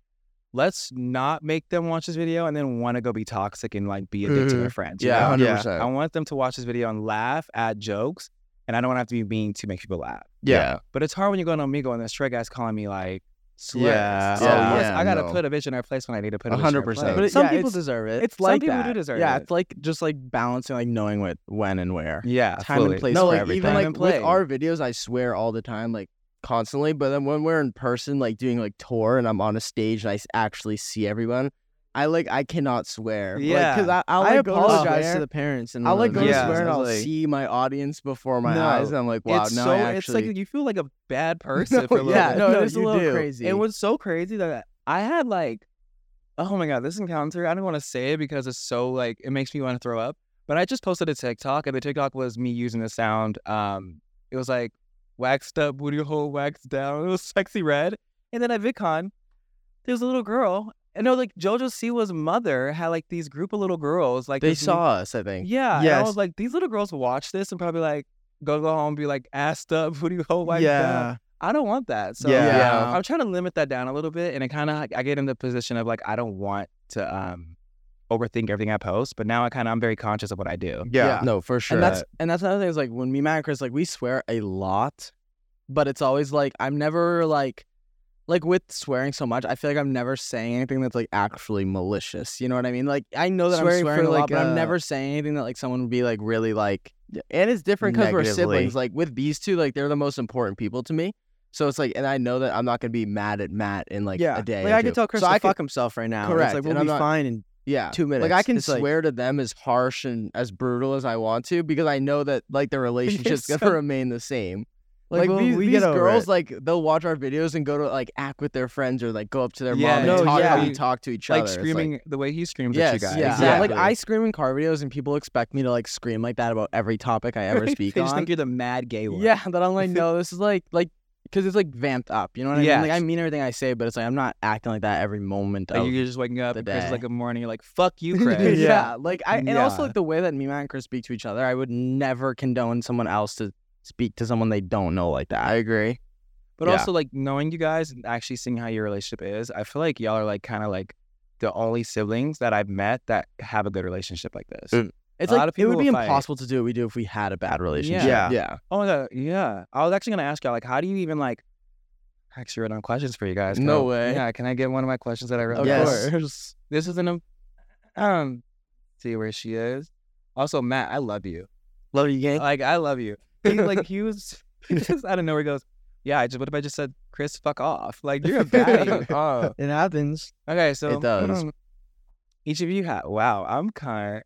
let's not make them watch this video and then want to go be toxic and like be a dick to their friends. you Mm-hmm. Yeah, know? hundred Yeah. I percent. want them to watch this video and laugh at jokes, and I don't want to have to be mean to make people laugh. Yeah, But it's hard when you're going on Omegle and this straight guy's calling me like slurs. Yeah. So Oh, of course, yeah, I gotta no. put a bitch in her place when I need to put a bitch in her 100%. place. but it, Some yeah, people it's- deserve it. It's Some like people that. do deserve yeah, it. it's like just like balancing, like knowing what, when, and where. yeah, Time and fully. place no, for like everything. even Time like and with play. our videos, I swear all the time, like constantly. But then when we're in person, like doing like tour, and I'm on a stage and I s- actually see everyone, I like I cannot swear. Yeah. because I I'll, I like, go to apologize to swear- the parents and I'll like go those to Yeah. swear and I'll see. see my audience before my No. eyes, and I'm like, wow, it's now so I it's like actually. you feel like a bad person for a little yeah, bit. no, No, it is a you little do. crazy. It was so crazy that I had like, oh my god, this encounter. I don't want to say it because it's so like it makes me want to throw up. But I just posted a TikTok, and the TikTok was me using the sound. Um, it was like waxed up booty hole, waxed down. It was sexy red. And then at VidCon, there's a little girl, and no, like JoJo Siwa's mother had like these group of little girls. Like they this saw us, I think. yeah. And I Yes. was like, these little girls watch this and probably like go go home and be like assed up, booty hole, waxed down. yeah, I don't want that. So um, Yeah. Yeah. I'm trying to limit that down a little bit, and it kind of I get in the position of like I don't want to um overthink everything I post, but now I kind of I'm very conscious of what I do. Yeah. no, for sure. and that's and that's another thing is like when me, Matt, and Chris, like we swear a lot, but it's always like I'm never like, like with swearing so much, I feel like I'm never saying anything that's like actually malicious. You know what I mean? Like I know that Swearing I'm for, swearing a lot, like, but I'm uh, never saying anything that like someone would be like really like. and it's different because we're Negatively. siblings. Like with these two, like they're the most important people to me. So it's like, and I know that I'm not gonna be mad at Matt in like Yeah. a day. Like or I could two. tell Chris so to I could, fuck himself right now. and Correct, It's like and we'll I'm be not- fine in yeah, two minutes. Like I can It's, like- swear to them as harsh and as brutal as I want to because I know that like the relationship's so- gonna remain the same. Like, Like, we'll- these, we these get over girls, it. like they'll watch our videos and go to like act with their friends or like go up to their Yeah, mom no, and talk, yeah. and talk to each Like other. It's screaming the way he screams at Yes, you guys. yeah. Yeah, like Exactly. I scream in car videos, and people expect me to like scream like that about every topic I ever speak they on. just think you're the mad gay one. yeah, that I'm like, no, this is like, like, because it's like vamped up. You know what I Yes. mean? Like I mean everything I say, but it's like I'm not acting like that every moment. Like of- you're just waking up the and Chris day. is like good morning. You're like, fuck you, Chris. yeah. like I, and also Yeah. like the way that Mima and Chris speak to each other, I would never condone someone else to speak to someone they don't know like that. I agree. But Yeah. also like knowing you guys and actually seeing how your relationship is, I feel like y'all are like kind of like the only siblings that I've met that have a good relationship like this. Mm. It's A like lot of it people would be will fight. impossible to do what we do if we had a bad relationship. Yeah. like, yeah, Oh my god, yeah. I was actually gonna ask y'all like, how do you even like? I Actually, wrote down questions for you guys. Can No I- way. Yeah, can I get one of my questions that I wrote? Of down? Yes. course. This is an um. See where she is. Also, Matt, I love you. love you, gang. Like I love you. He, like he was he just out of nowhere goes. Yeah, I just what if I just said Chris, fuck off? Like you're a baddie. oh. It happens. Okay, so It does. Each of you have. Wow, I'm kind.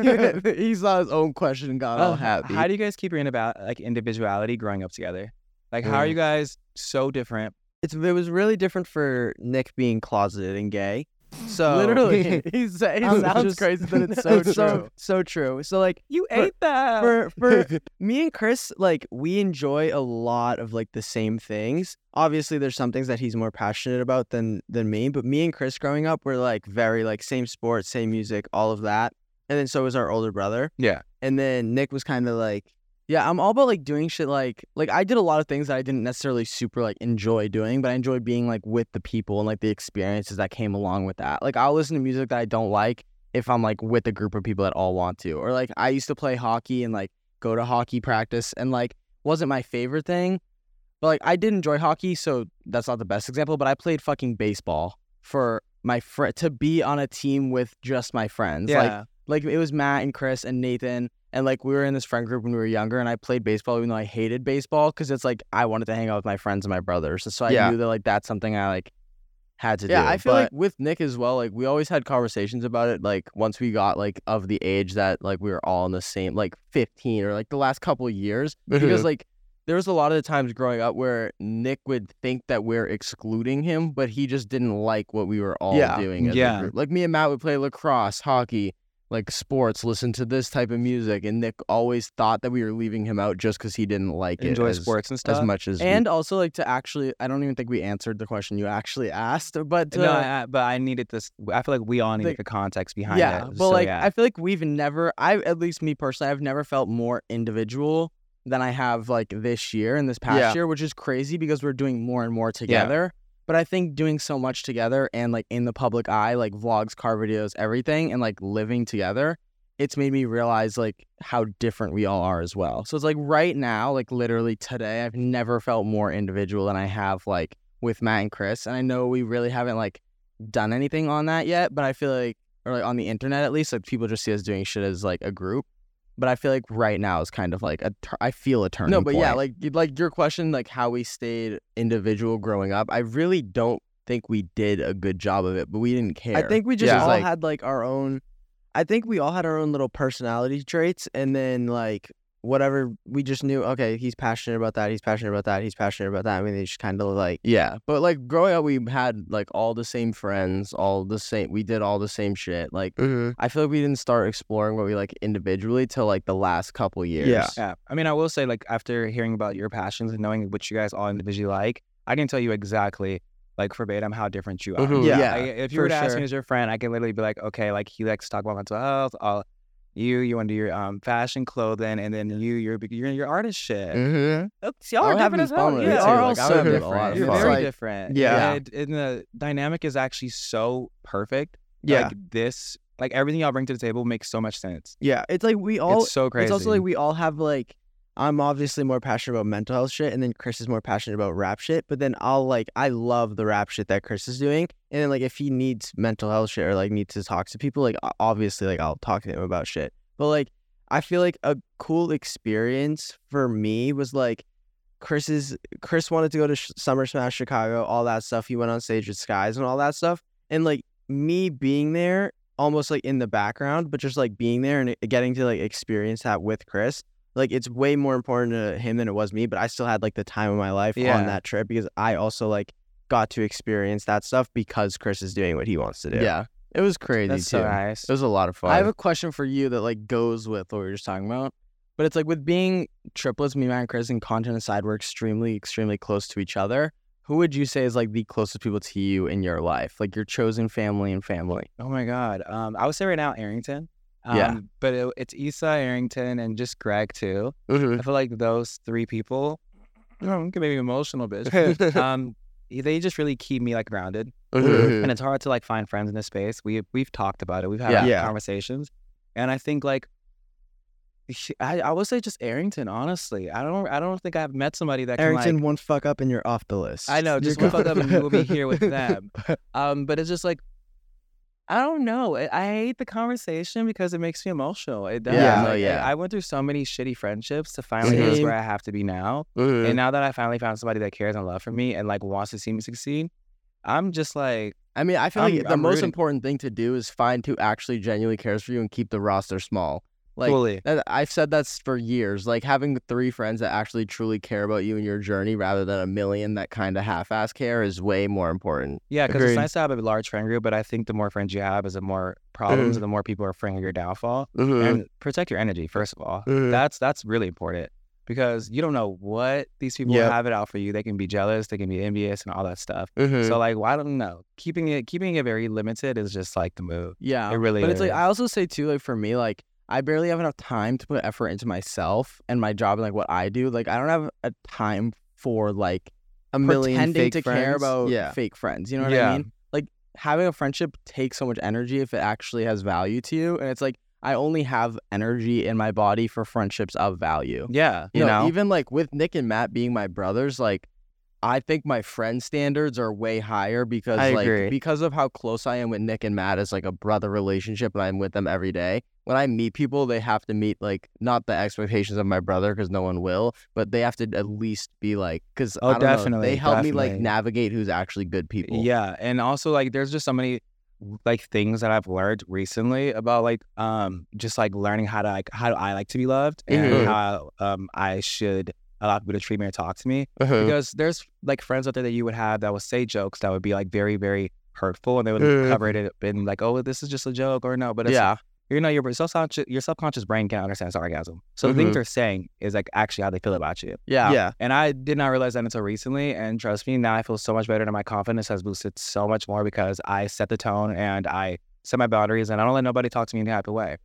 he saw his own question and Oh, got all happy. Uh, Um, How do you guys keep your in about like individuality growing up together? Like, how are Mm. you guys so different? It's it was really different for Nick being closeted and gay. Oh. So Literally, he's, it I'm sounds just- crazy, but it's so true. so so true. So like You For- ate that. for for me and Chris, like we enjoy a lot of like the same things. Obviously, there's some things that he's more passionate about than than me. But me and Chris growing up were like very like same sports, same music, all of that. And then so was our older brother. Yeah. And then Nick was kind of like Yeah, I'm all about like doing shit like like I did a lot of things that I didn't necessarily super like enjoy doing, but I enjoy being like with the people and like the experiences that came along with that. Like I'll listen to music that I don't like if I'm like with a group of people that all want to. Or like I used to play hockey and like go to hockey practice and like wasn't my favorite thing. But like I did enjoy hockey, so that's not the best example, but I played fucking baseball for my friend to be on a team with just my friends. Like yeah. like it was Matt and Chris and Nathan and like we were in this friend group when we were younger and I played baseball even though I hated baseball cuz it's like I wanted to hang out with my friends and my brothers. So I Yeah. knew that like that's something I like had to do. yeah, I feel But- like with Nick as well, like we always had conversations about it. Like once we got like of the age that like we were all in the same, like 15 or like the last couple of years, because like there was a lot of the times growing up where Nick would think that we're excluding him, but he just didn't like what we were all Yeah. doing. As Yeah. a group. like me and Matt would play lacrosse, hockey, like sports, listen to this type of music, and Nick always thought that we were leaving him out just because he didn't like it enjoy as, sports and as stuff. much as we and also like to actually I don't even think we answered the question you actually asked, but no, uh, I, I- but I needed this. I feel like we all needed the, context behind yeah, it. but so, like yeah. I feel like we've never, I at least me personally, I've never felt more individual than I have like this year and this past Yeah. year, which is crazy because we're doing more and more together. But I think doing so much together and like in the public eye, like vlogs, car videos, everything, and like living together, it's made me realize like how different we all are as well. So it's like right now, like literally today, I've never felt more individual than I have like with Matt and Chris. And I know we really haven't like done anything on that yet, but I feel like or like on the internet at least, like people just see us doing shit as like a group. But I feel like right now is kind of like a tur- I feel a turning. No, but yeah, point. like you- like your question, like how we stayed individual growing up. I really don't think we did a good job of it, but we didn't care. I think we just Yeah. all Like- had like our own. I think we all had our own little personality traits, and then like whatever we just knew. Okay, he's passionate about that. He's passionate about that. He's passionate about that. I mean, they just kind of like yeah, but like growing up, we had like all the same friends, all the same. We did all the same shit. Like Mm-hmm. I feel like we didn't start exploring what we like individually till like the last couple years. Yeah. I mean, I will say, like, after hearing about your passions and knowing what you guys all individually like, I can tell you exactly, like, verbatim how different you are. Mhm. Yeah, Like, if you for were to ask sure. me as your friend, I can literally be like, okay, like, he likes to talk about mental health. All you, you want to do your um, fashion, clothing, and then you, you're you're your artist shit. Mm-hmm. Oops, y'all I are would have an different as hell. problem with it Yeah, too. are all Like, I would so have a different. lot of You're fun. very Like, different. yeah. And, and the dynamic is actually so perfect. Yeah. Like, this, like, everything y'all bring to the table makes so much sense. yeah. It's like we all it's so crazy. It's also like we all have like I'm obviously more passionate about mental health shit, and then Chris is more passionate about rap shit. But then I'll like I love the rap shit that Chris is doing, and then like if he needs mental health shit or like needs to talk to people, like o- obviously like I'll talk to him about shit. But like I feel like a cool experience for me was like Chris's Chris wanted to go to Sh- Summer Smash Chicago, all that stuff. He went on stage with Skies and all that stuff, and like me being there almost like in the background, but just like being there and getting to like experience that with Chris. Like it's way more important to him than it was me, but I still had like the time of my life Yeah. on that trip because I also like got to experience that stuff because Chris is doing what he wants to do. Yeah. it was crazy That's too. so nice. It was a lot of fun. I have a question for you that like goes with what we were just talking about. But it's like with being triplets, me, Matt, and Chris, and content aside, we're extremely, extremely close to each other. Who would you say is like the closest people to you in your life? Like your chosen family and family. Oh my God. Um, I would say right now Arrington. Um, Yeah. But it, it's Issa, Arrington, and just Greg too. I feel like those three people, oh, I'm gonna be emotional, bitch. um, they just really keep me like grounded, and it's hard to like find friends in this space. We we've talked about it. We've had Yeah. our Mm-hmm. Yeah. conversations, and I think like. I, I would say just Arrington, honestly. I don't I don't think I've met somebody that can like, Arrington, one fuck up and you're off the list. I know, You're just one fuck up good. and you will be here with them. Um, but it's just like, I don't know. I, I hate the conversation because it makes me emotional. It does. Yeah, no, Like, I- yeah. I, went through so many shitty friendships to finally get to Same. where I have to be now. Mhm. And now that I finally found somebody that cares and love for me and like wants to see me succeed, I'm just like, I mean, I feel I'm- like the I'm most rooting- important thing to do is find who actually genuinely cares for you and keep the roster small. Like fully. that- I've said that's for years. Like having three friends that actually truly care about you and your journey, rather than a million that kind of half-ass care, is way more important. Yeah, because Agreed. it's nice to have a large friend group, but I think the more friends you have is the more Mm-hmm. problems and the more people are afraid of your downfall. And protect your energy, first of all. That's that's really important because you don't know what these people Yep. have it out for you. They can be jealous, they can be envious, and all that stuff. Mm. So like, well, I don't know. Keeping it keeping it very limited is just like the move. Yeah. It really But it's like is. I also say too, like for me, like I barely have enough time to put effort into myself and my job and like what I do. Like I don't have a time for like a million pretending fake to friends. care about yeah. fake friends. You know what Yeah. I mean? Like having a friendship takes so much energy if it actually has value to you. And it's like I only have energy in my body for friendships of value. Yeah. You No, know? even like with Nick and Matt being my brothers, like I think my friend standards are way higher because I like agree. because of how close I am with Nick and Matt is like a brother relationship and I'm with them every day. When I meet people, they have to meet like not the expectations of my brother because no one will, but they have to at least be like because Oh, definitely, they help me like definitely. navigate who's actually good people. Yeah, and also like there's just so many like things that I've learned recently about like um just like learning how to like how do I like to be loved and Mhm. how um I should allow people to treat me or talk to me Mhm. because there's like friends out there that you would have that would say jokes that would be like very very hurtful and they would Mm-hmm. Mhm. cover it up in like oh well, this is just a joke or no but it's, yeah. you know your subconscious your subconscious brain can't understand sarcasm so the things they're saying is like actually how they feel about you Mm-hmm. Yeah. Yeah. and I did not realize that until recently. And trust me, now I feel so much better and my confidence has boosted so much more because I set the tone and I set my boundaries and I don't let nobody talk to me in a happy way.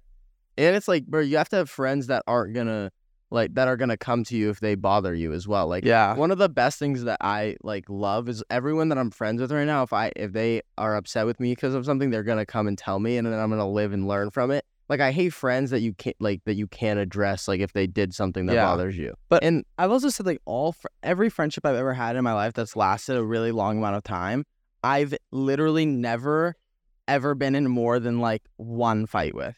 And it's like, bro, you have to have friends that aren't gonna like that are gonna come to you if they bother you as well. Like Ah. Yeah. one of the best things that I like love is everyone that I'm friends with right now. If I if they are upset with me because of something, they're gonna come and tell me, and then I'm gonna live and learn from it. Like I hate friends that you can't like that you can't address like if they did something that Yeah. bothers you. And I've also said like all fr- every friendship I've ever had in my life that's lasted a really long amount of time, I've literally never ever been in more than like one fight with.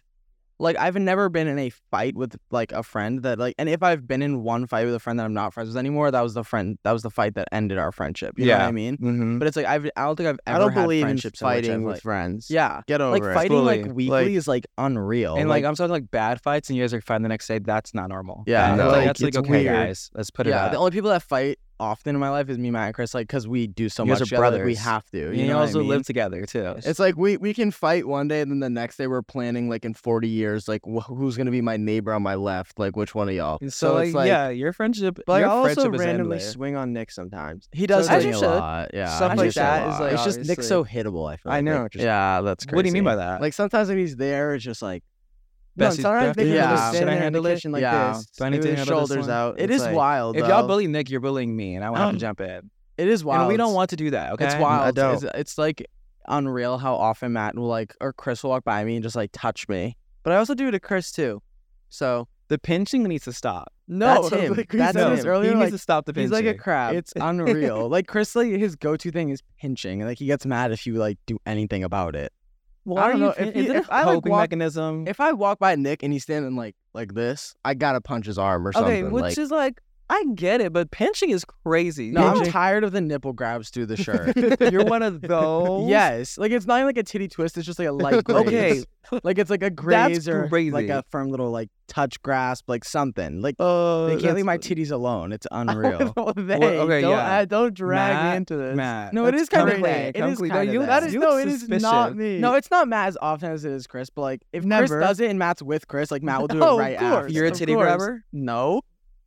Like I've never been in a fight with like a friend that like and if I've been in one fight with a friend that I'm not friends with anymore, that was the friend that was the fight that ended our friendship. You know what Yeah. I mean? Mm-hmm. But it's like I've I don't think I've ever I don't had believe in friendships in which I've, fighting with like- friends. Yeah. Get over Like it. fighting like Fully. weekly Like- is like unreal. And like, I'm talking like bad fights and you guys are fine the next day. That's not normal. Yeah, That's no. like, Like, that's like it's okay, weird. guys, let's put yeah, it the up. only people that fight often in my life is me, Matt, and Chris, like because we do so You guys much are together, like, we brothers. have to. You you know what I also mean? live together too. It's like we we can fight one day, and then the next day we're planning like in 40 years like wh- who's gonna be my neighbor on my left, like which one of y'all. so, so like, it's like- yeah, your friendship, But like, your I also friendship is randomly endless. swing on Nick sometimes. He does So so it's doing like- a should. lot, yeah. Stuff I like just that a is, lot. like, it's just Nick's obviously- so hittable. I feel I like, know. Like, just, yeah, that's crazy. What do you mean by that? like sometimes when he's there, it's just like no, Bessie, it's all right. do I Nick, have to I'm do just this? standing there Should I in the handle it? kitchen like Yeah. this, Do I need with to his handle this shoulders one? out. It It's is like, wild. If y'all though. bully Nick, you're bullying me, and I would have to jump in. it is wild. And we don't want to do that. Okay, It's wild. don't. It's, it's like unreal how often Matt will like or Chris will walk by me and just like touch me, but I also do it to Chris too. So The pinching needs to stop. That's no, him. Like, That's that's him. him. Earlier, he needs like, to stop the he's pinching. like a crab. It's- It's unreal. like Chris, like his go-to thing is pinching. and, Like he gets mad if you like do anything about it. Why I don't are you know, fin- if is he- it a if I, like, coping walk- mechanism? if I walk by Nick and he's standing like like this, I gotta punch his arm or something. okay, which like, is like I get it, but pinching is crazy. No, I'm Pinching- tired of the nipple grabs through the shirt. you're one of those. yes, like it's not even like a titty twist. It's just like a light graze. Okay. like it's like a That's graze or like crazy. a firm little like touch grasp, like something. Like Uh, they can't that's- leave my titties alone. It's unreal. Well, they, okay, don't, yeah. uh, add- don't drag Matt- me into this. Matt, No, it that's is kinda come that. clean, It come is clean. kinda no, you, that. That is you no, look it is suspicious. not me. no, it's not Matt as often as it is Chris, but like if Never. Chris does it and Matt's with Chris, like Matt will do No, it of right course, after. You're a Of titty course. grabber? No.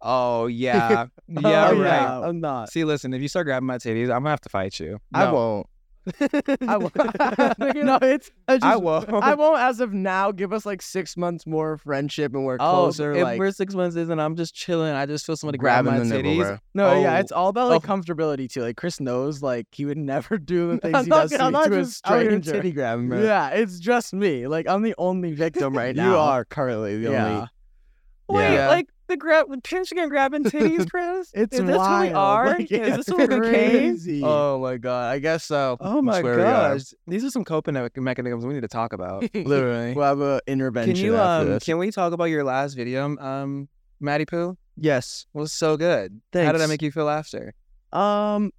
Oh yeah, yeah, Oh, right. yeah, I'm not. Uh, See, listen, if you start grabbing my titties, I'm gonna have to fight you. I No. won't. I won't. no, it's I, just, I won't. I won't as of now. Give us like six months more friendship and we're Oh, closer. if like we're six months in and I'm just chilling, I just feel somebody grab grabbing my the nipple, titties. bro. no, yeah, Oh. it's all about like Oh. comfortability too. Like Chris knows, like he would never do the things I'm he not does gonna- to, I'm not to a just out here stranger. titty grabbing, bro. Yeah, it's just me. Like I'm the only victim right now. you are currently the Yeah. only. Wait, Yeah. like the grab, pinching and grabbing titties, Chris? It's is this who we wild. are? Like, is this it's what we became? crazy. Oh my god, I guess so. Oh my That's where we are. gosh, these are some coping me- mechanisms we need to talk about. Literally. We'll have an can intervention you after um? this. Can we talk about your last video, um, Matty Poo? Yes. Was so good. How did that Thanks. make you feel after? Um,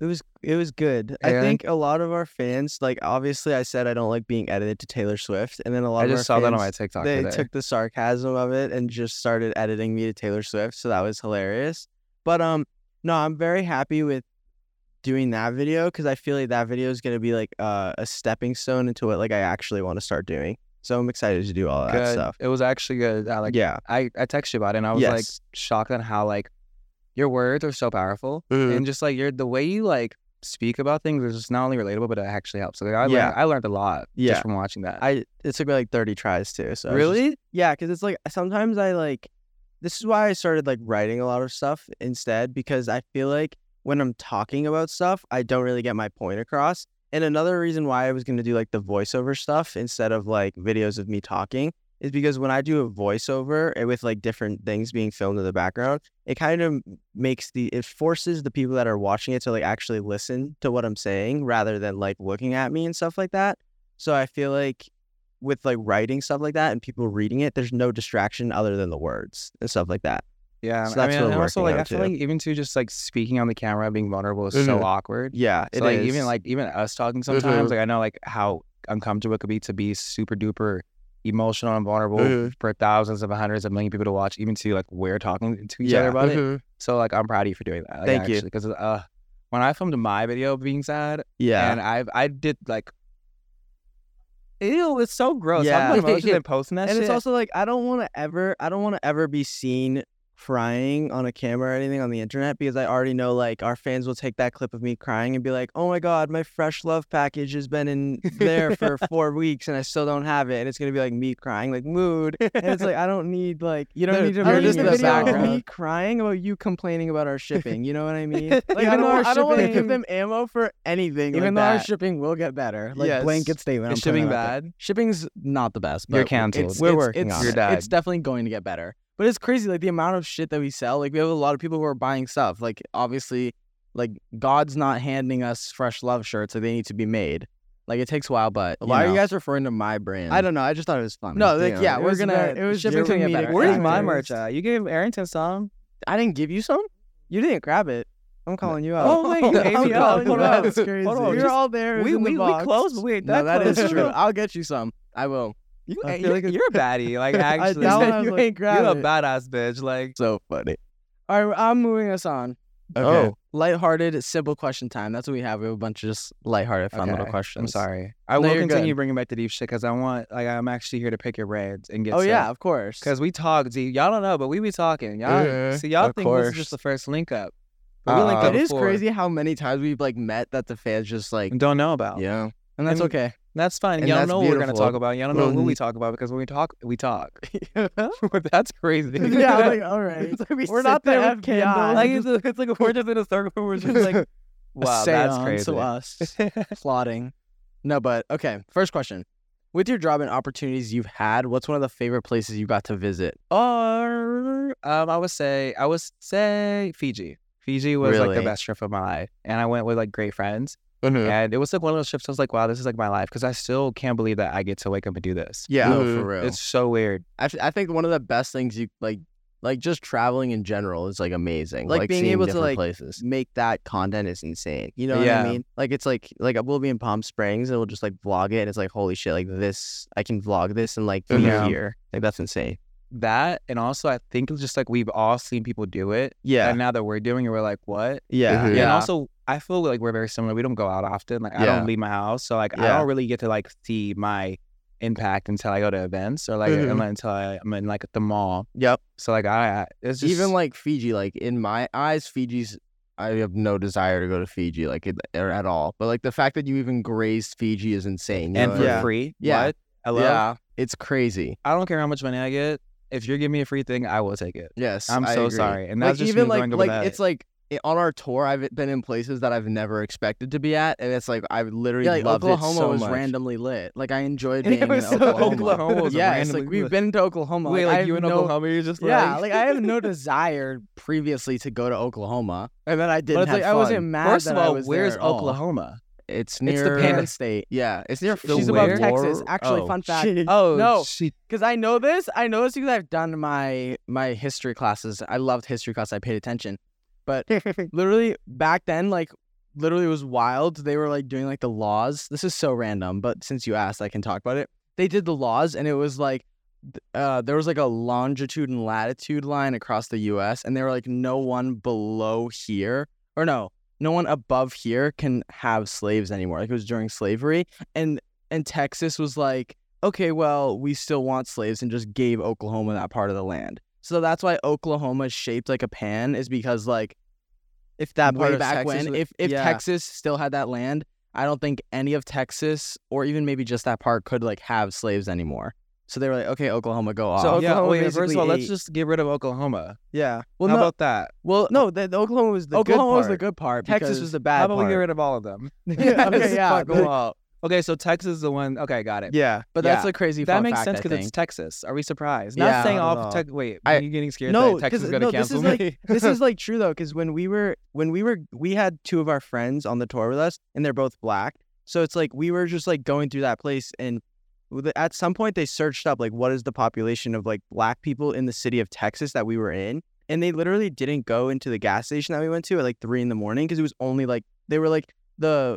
it was it was good. Yeah. I think a lot of our fans, like obviously, I said I don't like being edited to Taylor Swift, and then a lot I of just our saw that on my fans, TikTok They today. took the sarcasm of it and just started editing me to Taylor Swift, so that was hilarious. But um, no, I'm very happy with doing that video because I feel like that video is gonna be like uh, a stepping stone into what like I actually want to start doing. So I'm excited to do all that good. stuff. It was actually good. I like. yeah, I I texted you about it, and I was like Yes. shocked on how like your words are so powerful, Mhm. and just like your the way you like speak about things is just not only relatable, but it actually helps. Like I learned, Yeah. I learned a lot Yeah. just from watching that. I it took me like 30 tries too. So I was just- really? Yeah, because it's like sometimes I like this is why I started like writing a lot of stuff instead because I feel like when I'm talking about stuff, I don't really get my point across. And another reason why I was going to do like the voiceover stuff instead of like videos of me talking is because when I do a voiceover and with like different things being filmed in the background, it kind of makes the it forces the people that are watching it to like actually listen to what I'm saying rather than like looking at me and stuff like that. So I feel like with like writing stuff like that and people reading it, there's no distraction other than the words and stuff like that. Yeah, So that's and I mean, what and I'm also working like on, I feel too. Mm-hmm. like even too just like speaking on the camera, being vulnerable is so Mhm. awkward. Yeah, So it like is. Mm-hmm. even like even us talking sometimes, like I know like how uncomfortable it could be to be super duper emotional and vulnerable Mm-hmm. Mhm. for thousands of hundreds of million people to watch, even to like we're talking to each Yeah. Mm-hmm. other about it. So like I'm proud of you for doing that. Like, Thank you. Because uh, when I filmed my video of being sad, yeah, and I I did like, ew, it's so gross. Yeah. How much emotion been posting that and shit? it's also like I don't want to ever, I don't want to ever be seen crying on a camera or anything on the internet because I already know like our fans will take that clip of me crying and be like, "Oh my god, my fresh love package has been in there for four weeks and I still don't have it," and it's gonna be like me crying, like mood, and it's like I don't need like you don't No, need to I make don't just need a the video of background. me crying about you complaining about our shipping. You know what I mean? Like Even I don't, though our I don't want to give shipping- them ammo for anything. Even though like our that. shipping will get better, like Yes. blanket statement. Is I'm putting shipping that out there. bad? Shipping's not the best. But You're it's- canceled. It's, We're it's- working it's- on it. You're dead. It's definitely going to get better. But it's crazy, like the amount of shit that we sell. Like we have a lot of people who are buying stuff. Like obviously, like God's not handing us fresh love shirts, so they need to be made. Like it takes a while, but Why are you know. guys referring to my brand? I don't know. I just thought it was fun. No, You like, know, yeah, it we're was gonna- very- it was shipping's very gonna get comedic. better. Where's Exactly. my merch at? You gave Arrington some. I didn't give you some. you didn't grab it. I'm calling you out. Oh, wait, you I'm ate me up. calling you Hold out. on. That's crazy. Hold We on. were Just- all there. It was we in the we, we box. close, but we ain't No, that that is close. true. I'll get you some. I will. You, I ain't- feel eh, you, like it's- you're a baddie. Like I actually, doubt I you was like, ain't grab You're a it. badass bitch. Like So funny. All right, I'm moving us on. Oh. Okay. Lighthearted, simple question time. That's what we have. We have a bunch of just lighthearted, fun little Okay, questions. I'm sorry. I No, will you're continue bringing back the deep shit because I want. Like I'm actually here to pick your brains and get. Oh yeah, of course. Because we talk deep. Y'all don't know, but we be talking. Y'all Yeah, see, y'all of think this is just course. the first link up, but we linked Uh, up It is before Crazy how many times we've like met that the fans just like and Don't know about. yeah. and that's and- okay. That's fine. And Y'all that's know what we're gonna beautiful. talk about. Y'all know what Mhm. we talk about because when we talk, we talk. But that's crazy. yeah, I'm like, all right. It's like we We're sit not the there with FBI. candles. Like it's, a- it's like a- we're just in a circle. We're just like, wow, that's seance crazy. to us plotting. No, but okay. First question: With your job and opportunities you've had, what's one of the favorite places you got to visit? or um, I would say I would say Fiji. Fiji was like the Really? best trip of my life, and I went with like great friends, Mm-hmm. and it was like one of those trips. I was like, wow, this is like my life because I still can't believe that I get to wake up and do this. Mm-hmm. Yeah. No, Mhm. for real. It's so weird. I, f- I think one of the best things you like like just traveling in general is like amazing. Like, being seeing able to, different like, places. make that content is insane. You know Yeah. what I mean? Like it's like like we'll be in Palm Springs and we'll just like vlog it and it's like holy shit, like this I can vlog this and like be Mm-hmm. Yeah. here. Like that's insane. That and also I think it's just like we've all seen people do it, Yeah. Mm-hmm. and now that we're doing it, we're like, what? yeah. Mhm. Yeah. And Yeah. also, I feel like we're very similar. We don't go out often. Like I Yeah. don't leave my house, so like I Yeah. don't really get to like see my impact until I go to events or like Mhm. unle- until I, I'm in like at the mall. Yep. So like I, I it's just Even like Fiji, like in my eyes, Fiji's I have no desire to go to Fiji like it, or at all. But like the fact that you even grazed Fiji is insane. you and know for what I yeah. free. Yeah. What? mean? Hello. yeah, it's crazy. I don't care how much money I get. If you're giving me a free thing, I will take it. Yes, I'm I so agree. sorry. And like that's just even me like going over like that. it's like i- on our tour, I've e, been in places that I've never expected to be at, and it's like I've literally Yeah, like loved Oklahoma it so was much. randomly lit. Like I enjoyed It being in was so- Oklahoma. Oklahoma was yeah, it's like randomly we've lit. been to Oklahoma. wait, I like have you in no- Oklahoma, you're just Yeah, like I have no desire previously to go to Oklahoma, and then I didn't. it's have like, I fun. wasn't mad. First that of I all, was there where's oh, at all. "Oh, Oklahoma? It's It's the near parent state. Yeah, it's near Philly. She's where? above Texas. Actually, Oh. fun fact. Oh No. she- Because I know this. I know this because I've done my my history classes. I loved history class. I paid attention. But literally back then, like literally it was wild. They were like doing like the laws. This is so random, but since you asked, I can talk about it. They did the laws and it was like th- uh, there was like a longitude and latitude line across the US and they were like no one below here or no, no one above here can have slaves anymore. Like it was during slavery and and Texas was like okay, well, we still want slaves and just gave Oklahoma that part of the land. So that's why Oklahoma is shaped like a pan is because like If that part way of back Texas when, was- if if yeah. Texas still had that land, I don't think any of Texas or even maybe just that part could like have slaves anymore. So they were like, okay, Oklahoma, go off. So Oklahoma Oklahoma, wait, oh, first basically of all, let's ate- just get rid of Oklahoma. Yeah. well, How no, about that? well, No, the, the Oklahoma was the good Oklahoma was the part. good part. Texas because- was the How bad about we get part. rid of all of them? Yeah, okay, Just yeah, fuck 'em but- all. Okay, so Texas is the one. Okay, got it. Yeah. But that's Yeah. a crazy. that fun makes fact, sense I because it's think. Texas. Are we surprised? Yeah. Not saying Not all at all. of Texas. Wait, I- are you getting scared No, that Texas 'cause- is going to no, this cancel is me? like- this is like true though, because when we were when we were we had two of our friends on the tour with us, and they're both black. So it's like we were just like going through that place, and with- at some point they searched up like what is the population of like black people in the city of Texas that we were in, and they literally didn't go into the gas station that we went to at like three in the morning because it was only like they were like the.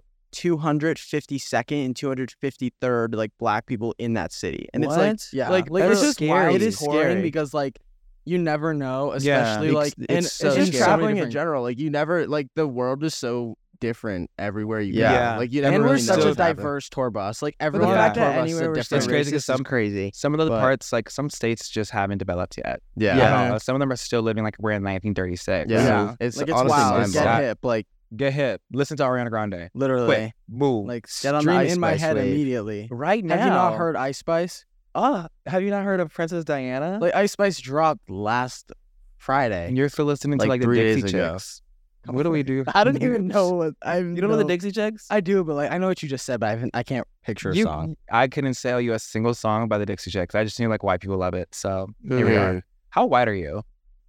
252nd and 253rd like black people in that city and it's like Yeah, like, like it's it's just scary. wild It is touring scary. because like you never know, especially Ex- like it's and so it's just scary. traveling in general. general. Like you never like the world is so different everywhere you Yeah. go. Like you never And we're really know such a what's happening. diverse tour bus. Like but everyone the on Yeah. fact tour that bus is a anywhere we're so different It's crazy racist 'cause is some- crazy Some of the But- parts, like some states, just haven't developed yet. Yeah. at Yeah. all. Some of them are still living like we're in 1936. Yeah. So Yeah. It's like it's honestly wild. mind Get blowing. hip, like Get hit. Listen to Ariana Grande. literally, Quit. Move. like Get on the stream Ice in my Spice head wave. immediately. right now. Have you not heard Ice Spice? Uh, have you not heard of Princess Diana? Like Ice Spice dropped last Friday. and you're still listening to Like, like the three days Dixie ago. Chicks. What do we do? I don't even know what I'm. You don't know the Dixie Chicks? I do, but like I know what you just said, but I, haven't- I can't picture a You- song. I couldn't sell you a single song by the Dixie Chicks. I just knew like white people love it. So here we Mm-hmm. are. How white are you?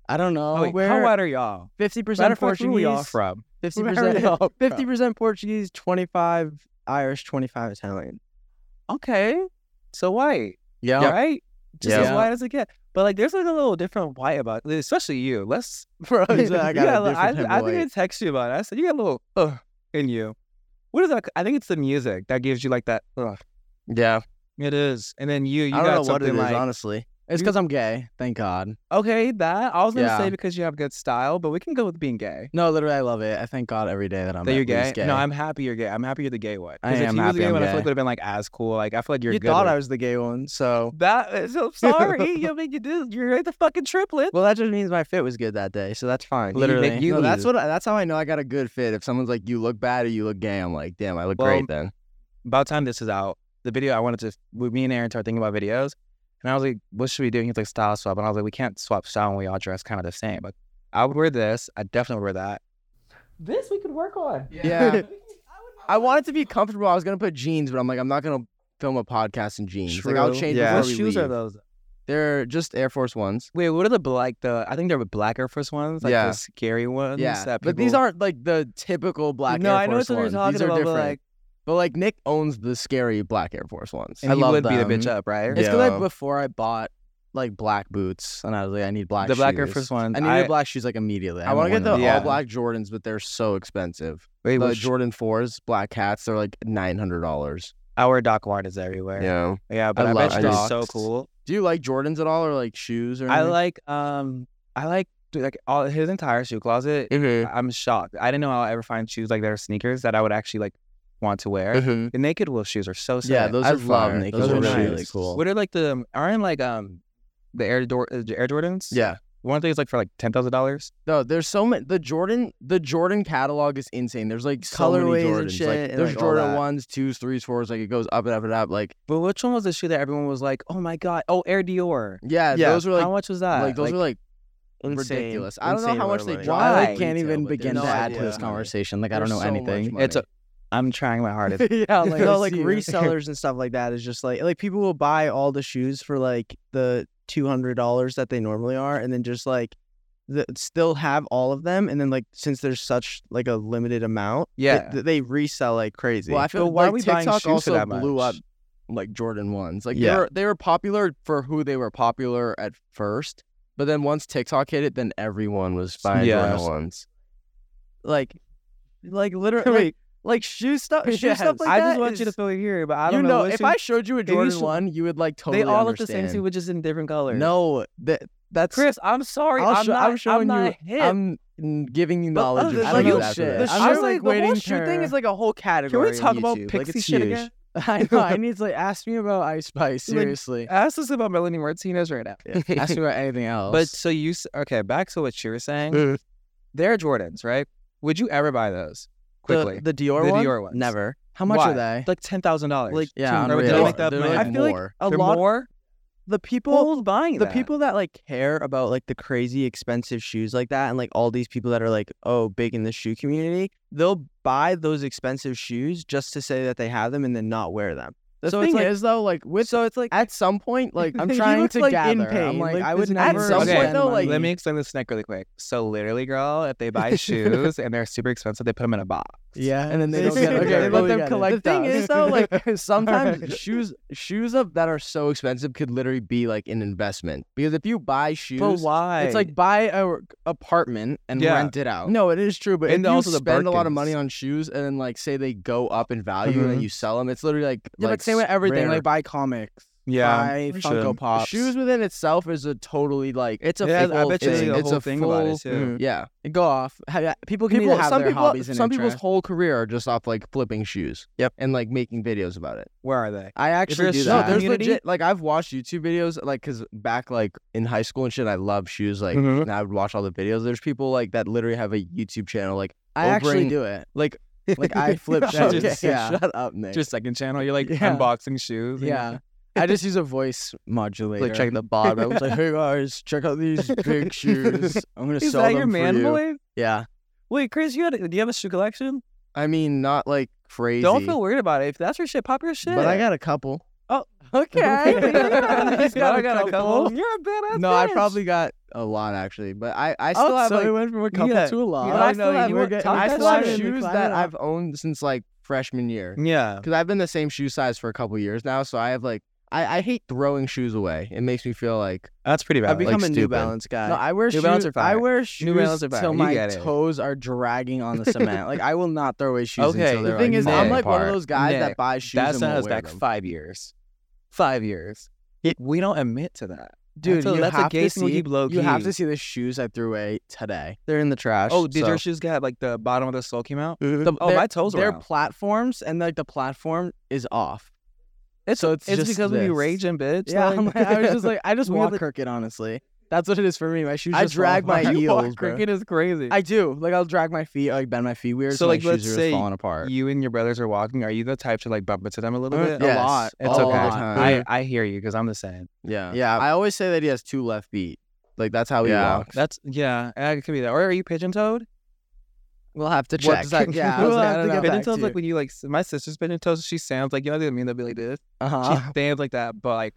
I don't know. Oh, wait, where how white are y'all? fifty Matter percent of fact, where we all Portuguese, from? fifty Where are percent, fifty percent Portuguese, twenty five Irish, twenty five Italian. Okay, so white. Yeah, All right, just Yeah. as white as it get. But like, there's like a little different white about, especially you. Let's, bro. you so I got a li- different I, type of I white. think I text you about it. I said you got a little ugh in you. What is that? I think it's the music that gives you like that. Ugh. Yeah. It is, and then you you I don't got know what it something is, like honestly. It's because I'm gay. Thank God. okay that. I was gonna Yeah. say because you have good style, but we can go with being gay. No, literally, I love it. I thank God every day that I'm That at you're gay? least gay. No, I'm happy you're gay. I'm happy you're the gay one. 'Cause I if am he was happy the gay I'm one, I feel gay. like would have been like as cool. Like I feel like you're you good thought with- I was the gay one, so that is, I'm sorry. I mean, you did. You're like the fucking triplet. well, that just means my fit was good that day, so that's fine. Literally. No, You- that's what. I, that's how I know I got a good fit. If someone's like, "You look bad" or "You look gay," I'm like, "Damn, I look Well, great." Then About time this is out. The video I wanted to. we- Me and Aaron started thinking about videos, and I was like, "What should we do?" And he's like, "Style swap," and I was like, "We can't swap style when we all dress kind of the same." But I would wear this. I definitely would wear that. This we could work on. Yeah. I wanted to be comfortable. I was gonna put jeans, but I'm like, I'm not gonna film a podcast in jeans. Like, I'll True. change. Yeah. before What we shoes are leave. those? They're just Air Force Ones. Wait, what are the black? The I think they're the black Air Force ones. Like Yeah. the scary ones. yeah, that but these people- aren't like the typical black. No, Air I know Force what you're ones. talking these are about. Different. But like, But, like, Nick owns the scary black Air Force ones. and I he love would them. beat a bitch up, right? It's 'cause, like Yeah. before I bought like black boots, and I was like, I need black. the shoes. black Air Force ones. I needed black shoes like immediately. I want to get the them. Yeah. all black Jordans, but they're so expenve. wait, the which- Jordan fours, black hats, they're like nine hundred dollars. our Doc Ward is everywhere. Yeah, Yeah. but I I, love bet you they're Docs. so cool. Do you like Jordans at all, or like shoes, or I like um, I like dude, like all his entire shoe closet. Mm-hmm. I'm shocked. I didn't know I'll ever find shoes like that or sneakers that I would actually like want to wear. Mm-hmm. the Naked Wolf shoes are so sick. Yeah, those I are love fire. Nike Those are Wolf really shoes. cool. What are like the aren't like um, the Air Dor- uh, Air Jordans? yeah. one thing is like for like ten thousand dollars. No, there's so many. The Jordan, the Jordan catalog is insane. There's like so many Colorways Jordans. and shit like, and, there's like, all Jordan that. ones, twos, threes, fours. Like it goes up and up and up. Like But which one was the shoe that everyone was like, oh my god, oh Air Dior? yeah, Yeah. those were like How much was that? like those were like Insane. ridiculous. I don't know Insane how amount much of they money. drop. I Right. like, can't even begin no to add idea. to this conversation. Like I There's don't know so much anything. money. it's a, I'm trying my hardest. yeah, like, no, like see- resellers and stuff like that is just like like people will buy all the shoes for like the two hundred dollars that they normally are, and then just like the, still have all of them, and then like since there's such like a limited amount, they- Yeah. they, resell like crazy. Well, I feel But why are like we buying shoes TikTok for also that blew up much? like Jordan ones. Like Yeah. they were they were popular for who they were popular at first, but then once TikTok hit it, then everyone was buying Yeah. Jordan ones. like like literally like, Wait. like shoe stuff, shoe Yes. stuff like I that. just want you to is- feel it here, but I you don't know. know, what if shoe- I showed you a you Jordan should- one, you would like totally. they all look the understand. same shoe, but just in different colors. No, that that's Chris, I'm sorry. I'll I'm show- not. I'm showing you- not hip. I'm n- giving you knowledge other of than, shoes Oh, like, you- after uh, shit. this. I'm I was just, like, the whole waiting shoe thing for- is like a whole Can category. we talk about YouTube. pixie like, it's shit huge. again? I know. I need to like ask me about Ice Spice. Like- Seriously, Ask us about Melanie Martinez right now. ask me about anything else. But so you s- okay? Back to what you were saying. Mm. They're Jordans, right? Would you ever buy those quickly? the, the Dior The one, Dior ones. never. how much Why? are they? like ten thousand dollars. Like Yeah, Or would they unreal. make that They're money? like I feel like more. a They're lot. more. the people Who's buying the that? people that like care about like the crazy expensive shoes like that and like all these people that are like oh big in the shoe community they'll buy those expensive shoes just to say that they have them and then not wear them The so thing it's like is though, like with so it's like at some point, like I'm He trying looks, to like, in gather. I'm pain. like, Like, I there's would never never. a At some Okay. point though, like let me explain this neck really quick. So literally, girl, if they buy shoes and they're super expensive, they put them in a box. Yeah, and then they They don't get should- it. okay, They they let really them get it. collect. The thing us. is though, like sometimes shoes shoes up that are so expensive could literally be like an investment because if you buy shoes, But why? it's like buy a apartment and Yeah. rent it out. No, it is true, but And if also you the spend a lot of Birkins. money on shoes and then like say they go up in value and then you sell them, it's literally like yeah, like but same with everything. rare. Like buy comics, yeah, buy we Funko shouldn't. Pops. shoes within itself is a totally like it's a It has- I full bet you thing. the it's whole a thing full mm-hmm. about it, too. yeah. go off. Have- yeah, people can people, either have some their people, hobbies and some people's interests. whole career are just off like flipping shoes. Yep. and like making videos about it. Where are they? I actually there's do shoe that. there's community- legit like I've watched YouTube videos like because back like in high school and shit, I love shoes. Like Mhm. and I would watch all the videos. There's people like that literally have a YouTube channel. Like I actually bring- do it. like Like I flip Shut shoes. your- yeah. shut up, Nick. Just second channel. You're like Yeah. unboxing shoes. and- Yeah. I just use a voice modulator. like check the bottom. I was like, hey guys, check out these big shoes. I'm gonna Is sell that them your for man you. boy? Yeah, Wait, Chris, you had do you have a shoe collection? I mean not like crazy. Don't feel weird about it. If that's your shit, pop your shit. but I got a couple. okay. He's got, Not I a got a couple. couple. You're a badass. No, I bitch. probably got a lot actually, but I I still have so like it went from a couple Yeah. to a lot. But I I Oh, know still you have, were get, talking I about still have climbing, the shoes that climbing I've owned since like freshman year. Yeah. Because I've been the same shoe size for a couple years now, so I have like I, I hate throwing shoes away. It makes me feel like That's pretty i've bad. become a new stupid. balance guy No, I wear New shoes. Balance are I fire. wear shoes Balance are fire. till You my get it. toes are dragging on the cement. like I will not throw away shoes Okay, until the they're the thing like, is I'm knit. like one of Nick, those guys that Nick, buys shoes That's and not won't us wear back them. five years. Five years. we don't admit to that. dude, that's a, you that's have a gay to thing we see. keep low You have key. to see the shoes I threw away today. they're in the trash Oh, did so. your shoes get like the bottom of the sole came out? The- Oh, they're- my toes were They're out. platforms, and like the platform is off. It's so it's, It's just because we this. be raging, bitch. Yeah, like- I'm like- I was just like, I just We were walk like- crooked. Honestly, that's what it is for me. My shoes. I just fall drag my apart. heel. You walk heels, bro. Cricket is crazy. I do. Like I'll drag my feet, like bend my feet weird. So, my like, shoes let's are just say falling apart. you and your brothers are walking. Are you the type to like bump into them a little Uh, bit? a yes. lot. It's all okay. the time. I, I hear you because I'm the same. Yeah. Yeah. I always say that he has two left feet. Like that's how he Yeah. walks. That's yeah. uh, It could be that. Or are you pigeon toed? we'll have to What does that- yeah, I was Well, like, I I don't think know. pigeon Back to toes you. like when you like s- my sister's pigeon toes. She stands like you know what I mean. They'll be like this. Uh-huh. She stands like that, but like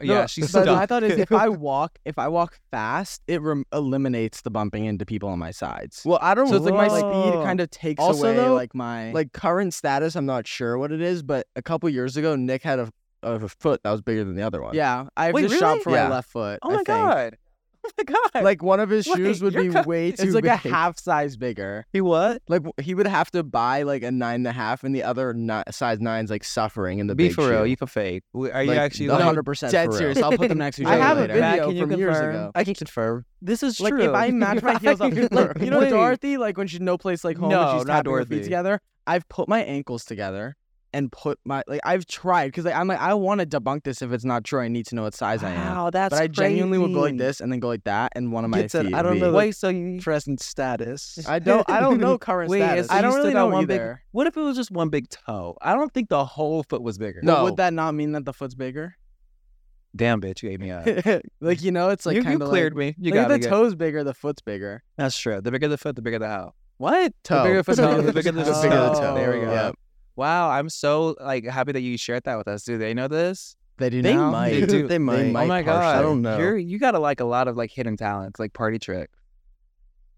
yeah, she's But my stuck. thought is, if I walk, if I walk fast, it rem- eliminates the bumping into people on my sides. well, I don't so it's like my Whoa. speed kind of takes Also, away though, like my like current status, I'm not sure what it is, but a couple years ago Nick had a, a foot that was bigger than the other one. yeah. I have Wait, to shop really? for Yeah. my left foot. Oh I my think. god. Oh my god. Like one of his Wait, shoes would you're be co- way too It's like a big. half size bigger. he what? Like w- he would have to buy like a nine and a half, and the other ni- size nine's like suffering in the be big for real. shoe. You for fake. W- Are Like, you actually one like? hundred percent Dead serious. I'll put them next to each I other. have a later. video Can you from years confirm? ago. I can confirm. This is Like true. if I match my heels up, like you know Wait. Dorothy, like when she's no place like home, No, and she's not tapping her feet Dorothy. together. I've put my ankles together and put my like I've tried because like, I'm like I want to debunk this if it's not true. I need to know what size I am. Wow, that's But I genuinely will go like crazy. this and then go like that, and one of my Gets it. feet. I will don't be- know. Wait, so you present status? I don't. I don't know current Wait, status. so I you don't still really got know one big- either. What if it was just one big toe? I don't think the whole foot was bigger. But No. would that not mean that the foot's bigger? Damn, bitch, you ate me up. like you know, it's like you, you kind of cleared me. You Like, got like me. if the good. toe's bigger, the foot's bigger. That's true. The bigger the foot, the bigger the hoe. What? Toe. The bigger the foot, Toe. the bigger the, The bigger the toe. There we go. Yep. Wow, I'm so like happy that you shared that with us. Do they know this? They do They now. might. They do. They might. oh my god, I don't know. You're you gotta like a lot of like hidden talents, like party tricks.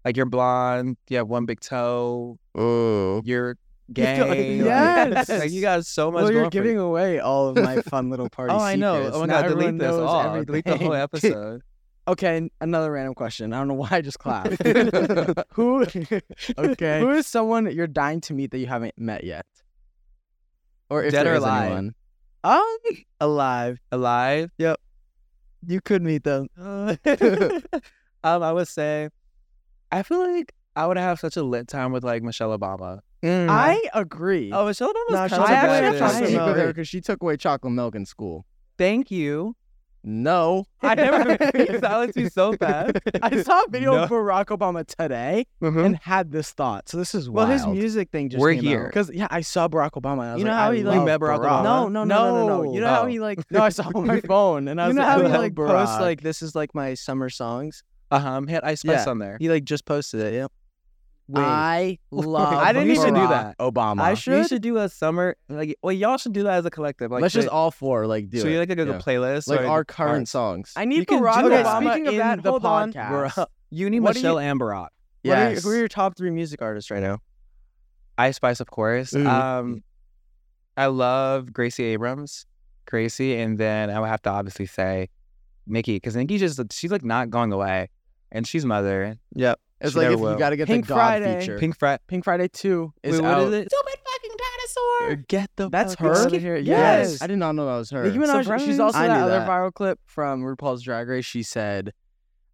Like you're blonde, you have one big toe, Ooh. you're got- gay. like- Yes. like, you got so much. Well, you're going for you. giving away all of my fun little party Oh, I know. secrets. Oh my Now god, everyone delete this. knows all. delete the whole everything. episode. Okay, n- another random question. I don't know why I just clapped. who? Okay. Who is someone you're dying to meet that you haven't met yet? Or if Dead there or is alive? anyone. Oh, um alive Alive. you could meet them Uh, um, I would say, I feel like I would have such a lit time with like Michelle Obama. Mm. I agree. Oh, Michelle Obama's Nah, kind she's of a a bad bad bitch. bitch. She's a because she took away chocolate milk in school. Thank you. No. I never you silenced me so fast. I saw a video of Barack Obama today Mhm. and had this thought. So this is Well, wild. his music thing just We're came here. Because yeah, I saw Barack Obama. And I was You like, know how I he, like- love You met Barack Barack. Out. No, no, no, no, no. You know how Oh. he like no, I saw him on my phone, and I you was know like, how I he love like posts Barack. like this is like my summer songs. Uh huh. He had Ice Spice Yeah. on there. He like just posted it. Yep. I love. I didn't Barack even do that. Obama. I You should. should do a summer like. Well, y'all should do that as a collective. Like, Let's just create- all four like do so it. you like a, Yeah. a playlist like or- our current songs. I You need can Barack do Obama that. speaking of that, hold on. Barack- You need What do you- Michelle and Barack. What are your- Yes. who are your top three music artists right now? Ice Spice, of course. Mhm. Um, I love Gracie Abrams, Gracie, and then I would have to obviously say Nikki because Nikki's just she's like not going away, and she's mother. Yep. it's she like never if will. you got to get Pink the God Friday. feature. Pink Friday Pink Friday Two is Wait, out. what is it? Stupid fucking dinosaur. Get the That's fuck out her? of here. Yes. Yes. I did not know that was her. Nicki Minaj. Surprise. She's also I that knew other that. viral clip from RuPaul's Drag Race. She said,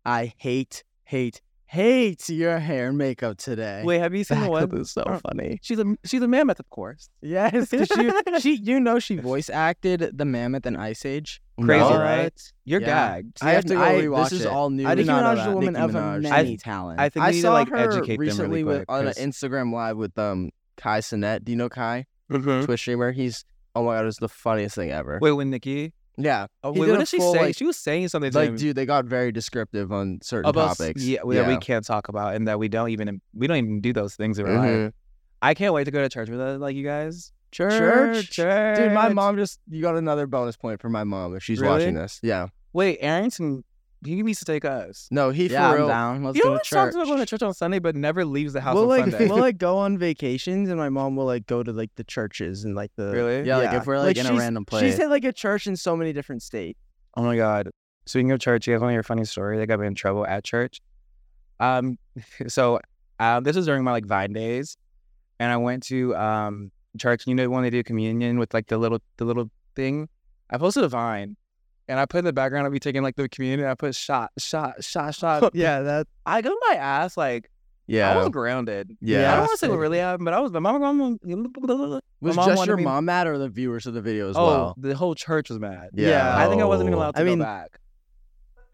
"I hate, hate, hate your hair and makeup today." Wait, have you seen that the clip one? is so Oh. funny. She's a she's a mammoth, of course. Yes, 'cause she, she, you know, she voice acted the Mammoth in Ice Age. Crazy, No. right? You're Yeah. gagged. I have to go I- rewatch this is it. all new. I did Nicki not know Minaj is that. a woman Nicki of Minaj. immense I- talent. I think we I need to saw like her educate them recently really with quick. on an 'cause- Instagram live with um Kai Sinet. Do you know Kai? Twitch streamer. He's oh my god, it's the funniest thing ever. Hmm? Wait, when Nikki? yeah, Oh, He wait, did what a did she full, say? like- she was saying something to like him dude, they got very descriptive on certain about s- topics. Yeah, that we can't talk about, and that we don't even we don't even do those things in real life. Mhm. I can't wait to go to church with uh, like you guys. Church? church. Dude, my mom just you got another bonus point for my mom if she's watching Really? this. Yeah, Wait, Arrington, he needs to take us. no, he yeah, for I'm real. down. Let's you go to always church. talks about going to church on Sunday, but never leaves the house We'll on like Sunday. we'll like go on vacations and my mom will like go to like the churches and like the really? yeah, like Yeah. if we're like, Like, in a she's- random She's place. at like a church in so many different states. Oh my god. Speaking of church, you guys want to hear a funny story? Like I've been in trouble at church. Um, so um, this was during my like Vine days, and I went to um church. You know when they do communion with like the little the little thing. I posted a Vine, and I put in the background of me taking like the communion. I put shot, shot, shot, shot. yeah, that I got my ass like I Yeah, was grounded. yeah. I don't want to say what really happened, but I was my mom. my mom- my Was mom just wanted your me- mom mad or the viewers of the video as oh, well? the whole church was mad. Yeah. I think I wasn't Oh. even allowed to I go mean- back.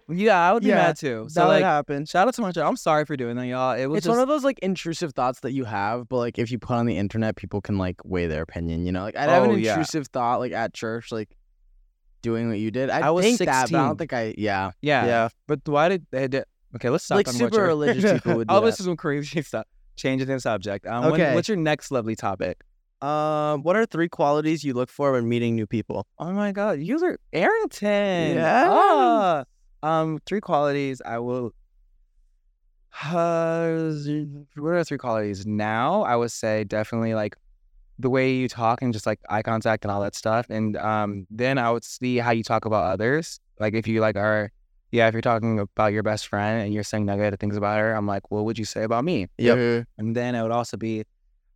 Yeah, I would be Yeah, mad too. So that would like, happen. shout out to my church. I'm sorry for doing that, y'all. It was it's just one of those like intrusive thoughts that you have, but like if you put on the internet, people can like weigh their opinion. You know, like I'd have Oh, an yeah. intrusive thought like at church, like doing what you did. I, I was think that, but I 16. don't think I. Yeah, yeah. yeah. But why did they? Did, okay, let's stop. like talking about super church. religious people would do Oh, that. this is some crazy stuff. Changing the subject. Um, when- Okay. what's your next lovely topic? Um, what are three qualities you look for when meeting new people? Oh my God, you are Arrington. Yes. Ah. Um, three qualities I will. Uh, what are three qualities now? I would say definitely like the way you talk and just like eye contact and all that stuff. And um, then I would see how you talk about others. Like if you like are, yeah, if you're talking about your best friend and you're saying negative things about her, I'm like, what would you say about me? Yep. And then it would also be,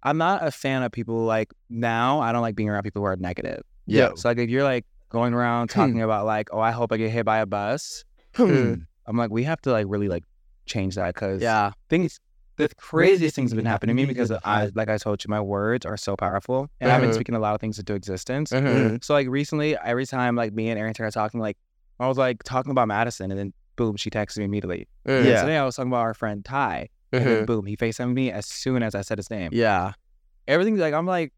I'm not a fan of people like now. I don't like being around people who are negative. Yeah. So like if you're like going around talking about like, oh, I hope I get hit by a bus, I'm like, we have to like really like change that because yeah, things the craziest things have been happening to me because I Mm-hmm. like I told you, my words are so powerful. And I've been Uh-huh. speaking a lot of things into existence. Mm-hmm. Mhm. So like recently, every time like me and Erin are talking, like I was like talking about Madison and then boom, she texted me immediately. And Yeah. today I was talking about our friend Ty. And then boom, he FaceTimed me as soon as I said his name. yeah. Everything's like I'm like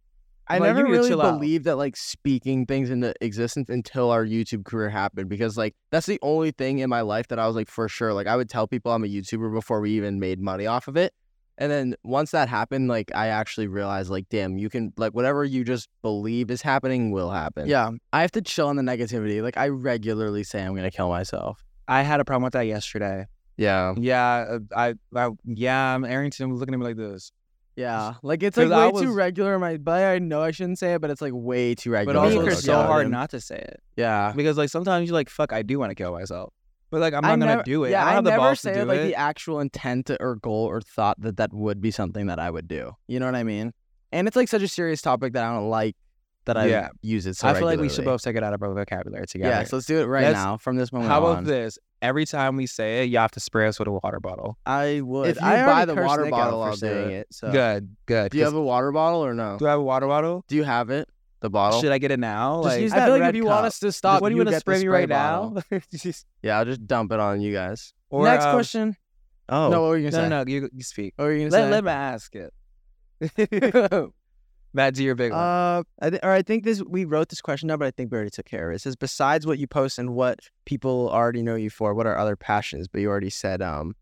I I'm like, never you need to really chill out. believed that like speaking things into existence until our YouTube career happened because like that's the only thing in my life that I was like for sure like I would tell people I'm a YouTuber before we even made money off of it. And then once that happened, like I actually realized like damn, you can like whatever you just believe is happening will happen. Yeah, I have to chill on the negativity. Like I regularly say I'm gonna kill myself. I had a problem with that yesterday. Yeah. Yeah, uh, I, I yeah, um, Arrington was looking at me like this. Yeah, like it's 'Cause like way I too was- regular. in My but I know I shouldn't say it, but it's like way too But regular. also, in my it's so reality. hard not to say it Yeah, because, like, sometimes you're like, "Fuck, I do want to kill myself," but like, I'm not Ah. I gonna never- do it. Yeah, I don't have the never balls say to do like it. the actual intent or goal or thought that that would be something that I would do. You know what I mean? And it's like such a serious topic that I don't like that I Yeah. use it. So I feel like we should regularly. both take it out of our vocabulary together. Yeah, so let's do it right That's- now from this moment How on. about this? Every time we say it, you have to spray us with a water bottle. I would. If you I buy already the cursed water Nick out bottle, for I'll do saying it. so Good, good. Do you 'cause- have a water bottle or no? do I have a water bottle? Do you have it? The bottle. Should I get it now? Just like, use I that feel like red if you cup. want us to stop, what do you want to get the spray me spray right now? Just- Yeah, I'll just dump it on you guys. or, Next um, question. Oh, No, what were No, you gonna no, say? no. You, you speak. What were you Let, gonna let me ask it. Matt, do your big one. Uh, I th- or I think this we wrote this question down, but I think we already took care of it. It says besides what you post and what people already know you for, what are other passions? But you already said um,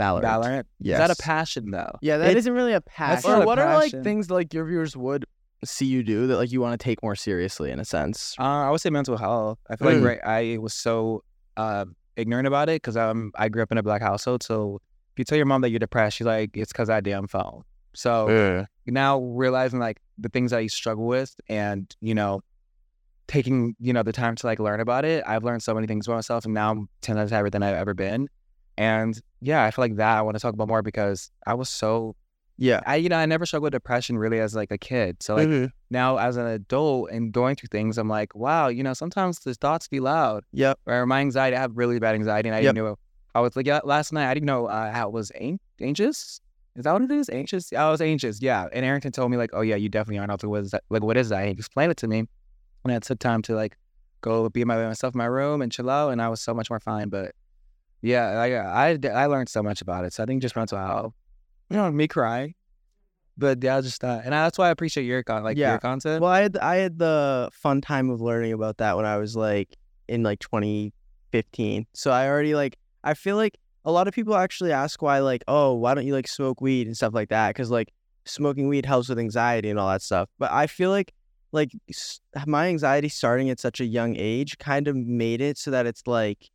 Valorant. Valorant. Yes. Is that a passion though? Yeah, It- that not really a passion. not Or a what are like passion. things like your viewers would see you do that like you want to take more seriously in a sense? Uh, I would say mental health. I feel Mm. like right, I was so um, ignorant about it because um, I grew up in a black household. So if you tell your mom that you're depressed, she's like, it's because I damn phone. Oh, So Ugh. now realizing like the things I used to struggle with and, you know, taking, you know, the time to like learn about it, I've learned so many things about myself and now I'm 10 times happier than I've ever been. And yeah, I feel like that I want to talk about more because I was so, Yeah. I, you know, I never struggled with depression really as like a kid. So like Mhm. now as an adult and going through things, I'm like, wow, you know, sometimes the thoughts be loud. Yep. Or my anxiety, I have really bad anxiety, and I didn't know. I was like, yeah, last night I didn't know uh, how it was an- anxious. Is that what it is? Anxious? I was anxious. Yeah. And Arrington told me like, oh yeah, you definitely are. not. I was like, what is that? Like, what is that? And he explained it to me, and I took time to like go be by myself in my room and chill out, and I was so much more fine. But yeah, like I I learned so much about it. So I think just mental health, you know, me crying. But yeah, I was just uh, and that's why I appreciate your con like Yeah. your content. Well, I had I had the fun time of learning about that when I was like in like 2015. So I already like I feel like a lot of people actually ask why like oh why don't you like smoke weed and stuff like that because like smoking weed helps with anxiety and all that stuff. But I feel like like s- my anxiety starting at such a young age kind of made it so that it's like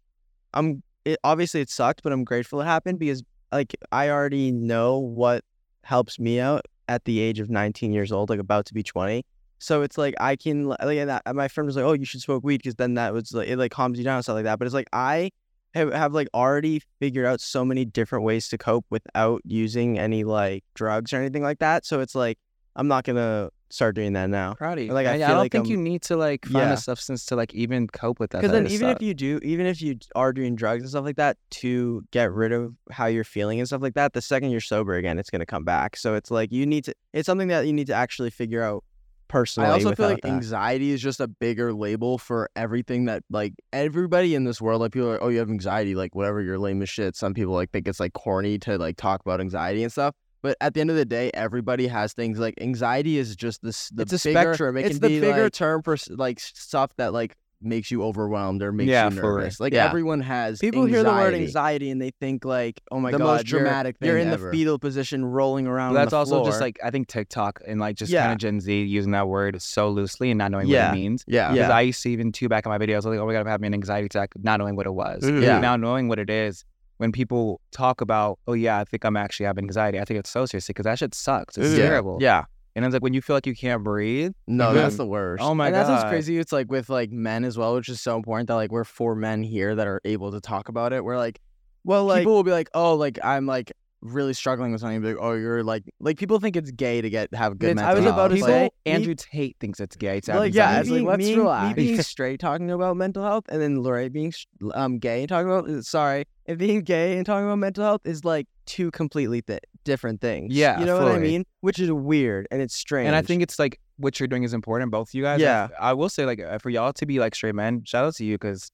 I'm it, obviously it sucked, but I'm grateful it happened because like I already know what helps me out at the age of 19 years old, like about to be 20. So it's like I can like and that, my friend was like, "Oh, you should smoke weed because then that was like it like calms you down and stuff like that." But it's like I have, have like already figured out so many different ways to cope without using any like drugs or anything like that. So it's like I'm not gonna start doing that now. proud of you. Like, I I, feel don't like think I'm- you need to like find Yeah. a substance to like even cope with that. uh, Because type then of even stuff. if you do, even if you d- are doing drugs and stuff like that to get rid of how you're feeling and stuff like that, the second you're sober again, it's gonna come back. So it's like you need to. It's something that you need to actually figure out personally. I also feel without like that. anxiety is just a bigger label for everything that like everybody in this world. Like people are like, oh, you have anxiety, like whatever, you're lame as shit. Some people like think it's like corny to like talk about anxiety and stuff. But at the end of the day, everybody has things like anxiety is just this. The It's a bigger- spectrum. It it's can the be, bigger like- term for s- like stuff that like makes you overwhelmed or makes Yeah, you for- nervous. Like yeah. everyone has. People hear the word anxiety. anxiety and they think like, "Oh my The god, most you're- dramatic You're thing in ever. the fetal position, rolling around. But on that's the also just floor. like I think TikTok and like just Yeah. kind of Gen Z using that word so loosely and not knowing Yeah. what it means. Yeah. Because I used to even too back in my videos, like, oh my god, I'm having an anxiety attack, not knowing what it was. Mm-hmm. Mhm. Yeah. Now knowing what it is, when people talk about, oh yeah, I think I'm actually having anxiety, I think it's so serious because that shit sucks. It's Mm-hmm. Mhm. Yeah. terrible. Yeah. And it's like when you feel like you can't breathe. No, Mhm. that's the worst. Oh my and god, that's what's crazy. It's like with like men as well, which is so important that like we're four men here that are able to talk about it. We're like, well, like people will be like, oh, like I'm like really struggling with something. Be like, oh, you're like, like people think it's gay to get have good. It's- mental I was health. about to It's People, like, say- me- Andrew Tate thinks it's gay. To have like yeah, anxiety. it's anxiety. like Being- let's being- me relax. being straight talking about mental health, and then Lori being um gay and talking about sorry, and being gay and talking about mental health is like two completely th- different things. Yeah, you know what I fully. mean? Which is weird and it's strange. And I think it's like what you're doing is important, both you guys. Yeah. I, I will say, like, uh, for y'all to be like straight men, shout out to you because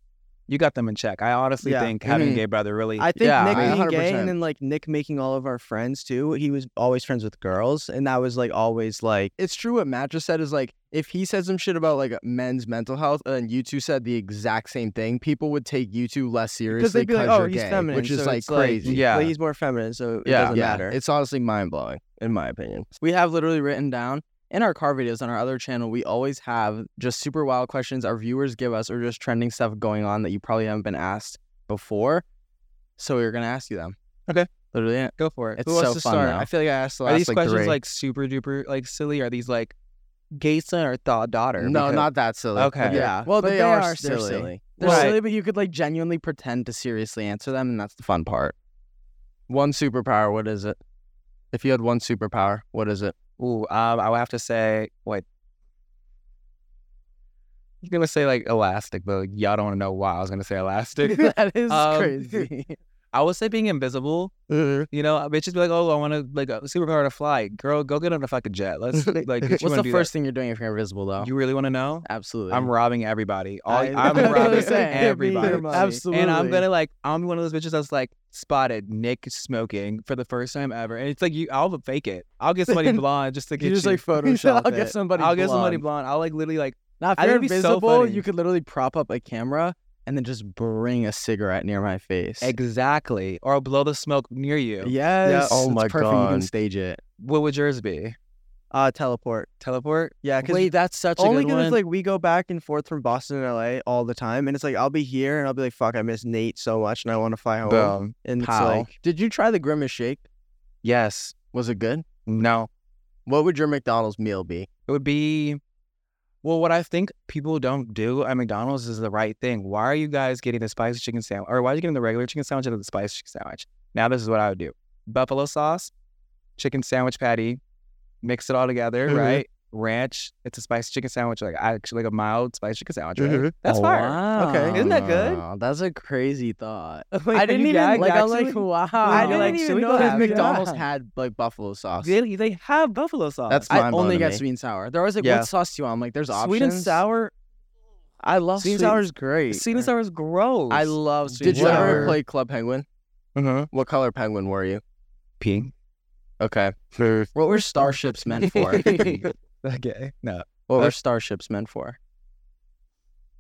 you got them in check. I honestly Yeah. think having Mhm. a gay brother really. I think Yeah, Nick I- being gay 100%. and then like Nick making all of our friends too. He was always friends with girls, and that was like always like it's true what Matt just said is like if he said some shit about like men's mental health and you two said the exact same thing, people would take you two less because seriously they'd be like, you're oh, he's gay, feminine, which is so like it's crazy. Yeah. like, he's more feminine, so it yeah, doesn't yeah. matter. It's honestly mind blowing in my opinion. we have literally written down in our car videos on our other channel. We always have just super wild questions our viewers give us, or just trending stuff going on that you probably haven't been asked before. So we are gonna ask you them. Okay. literally it. go for it. It's Who wants so to fun, start? though. I I feel like I asked the Are last these like, questions three. like super duper like silly? Are these like gay son or thaw daughter? no, Because- not that silly. Okay. yeah, Well, But they, they are, are silly. silly. They're Right. silly, but you could like genuinely pretend to seriously answer them, and that's the fun part. one superpower. What is it? If you had one superpower, what is it? Ooh, um, I would have to say what. You're gonna say like elastic, but like, y'all don't know why I was gonna say elastic. that is Um, crazy. I would say being invisible. uh, You know, bitches be like, oh, I want to like a superpower to fly. Girl, go get on a fucking jet. Let's like. bitch, you What's wanna the do that. first thing you're doing if you're invisible though? You really want to know? Absolutely. I'm robbing everybody. All, I- I, am that's what I'm robbing saying. everybody. Absolutely. And I'm gonna like I'm one of those bitches that's like spotted Nick smoking for the first time ever, and it's like you I'll fake it. I'll get somebody blonde just to get you just you. like Photoshop. I'll I'll get get somebody. I'll get somebody blonde. I'll like literally like Now, if I you're think it'd be so invisible, funny. you could literally prop up a camera and then just bring a cigarette near my face. exactly, or I'll blow the smoke near you. Yes. Oh it's my perfect. You can God. stage it. What would yours be? Uh, teleport. Teleport? Yeah, because Wait, that's such only a good one. because like we go back and forth from Boston and LA all the time, and it's like I'll be here and I'll be like, "Fuck, I miss Nate so much, and I want to fly home." Boom. And it's Pow. like Did you try the Grimace Shake? Yes. Was it good? No. What would your McDonald's meal be? It would be. Well, what I think people don't do at McDonald's is the right thing. Why are you guys getting the spicy chicken sandwich? Or why are you getting the regular chicken sandwich instead of the spicy chicken sandwich? Now, this is what I would do buffalo sauce, chicken sandwich patty, mix it all together, Mm-hmm. Mhm. right? Ranch. It's a spicy chicken sandwich, like actually like a mild spicy chicken sandwich. Right? Mhm. That's fire. Mm-hmm. Okay. Isn't that good? Wow, That's a crazy thought. I didn't even like. I'm actually- like, wow. I You're didn't like, even should we know go that. have McDonald's that? had like buffalo sauce. They, they have buffalo sauce. That's I mind only blowing got to me. sweet and sour. They're always like, Yeah. what sauce do you want? I'm like, there's options. sweet and sour. I love Sweet sweet and and sour sour is great. Sweet and sour is gross. I love sweet Did and you sour. ever play Club Penguin? uh What color penguin were you? pink. Okay. What were starships meant for? okay. No. what were starships meant for?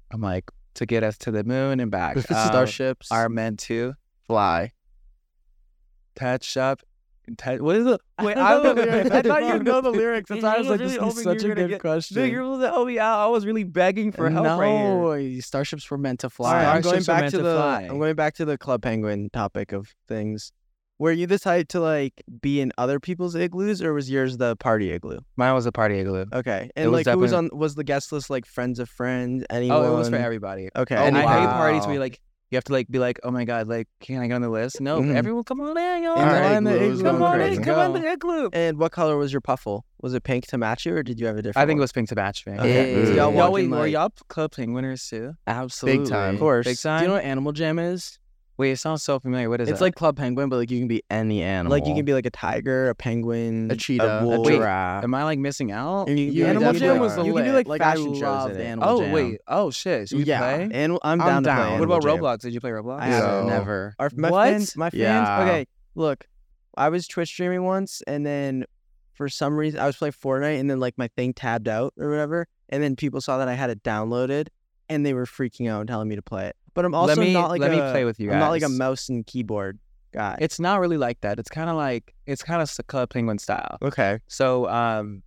I'm like to get us to the moon and back. Um, Uh, starships. are meant to Fly. touch up. and Touch, what is it? Wait, I don't I, know don't the lyrics. I thought you know. the lyrics. That's why I was like, this is such a good question. Dude, you're really helping me out. I was really begging for help no, right here. starships were meant to All fly. right, I'm going Starships are back meant to to the fly. I'm going back to the Club Penguin topic of things. Were you the type to like be in other people's igloos, or was yours the party igloo? Mine was a party igloo. Oh, Okay, It and was like who was on definitely- was the guest list like friends of friends? Anyone? Oh, it was for everybody. Oh, Okay, and I hate wow. parties where you like you have to like be like, oh my god, like can I get on the list? No, Mm-hmm. Mhm. everyone come on in, y'all. Come And on in, the igloo igloos was going come on crazy. in, come on in the igloo. And what color was your puffle? Was it pink to match you, or did you have a different? I think it one? was pink to match pink. Okay. Hey. Y'all, Y'all y'all wait, walking, were like- y'all club penguiners too? Absolutely. time. Of course. Big Do time. you know what Animal Jam is? wait, it sounds so familiar. What is It's that? like Club Penguin, but like you can be any animal. like you can be like a tiger, a penguin, A cheetah. a A wolf. wait, giraffe. Am I like missing out? And you can You be Animal like, Jam was the you can do lit. like, Like, I fashion shows. loved In it. Animal Oh Jam. wait. Oh shit. Should we Yeah. play? Animal, I'm down. I'm to play down. What Animal about Jam. Roblox? Did you play Roblox? I haven't, So- Never. Our, my What? friends, my fans. Yeah. Okay, look, I was Twitch streaming once, and then for some reason I was playing Fortnite, and then like my thing tabbed out or whatever, and then people saw that I had it downloaded, and they were freaking out and telling me to play it. But I'm also let me not like let a, me play with you guys. I'm not like a mouse and keyboard guy. It's not really like that. It's kind of like it's kind of Club Penguin style. okay, So um,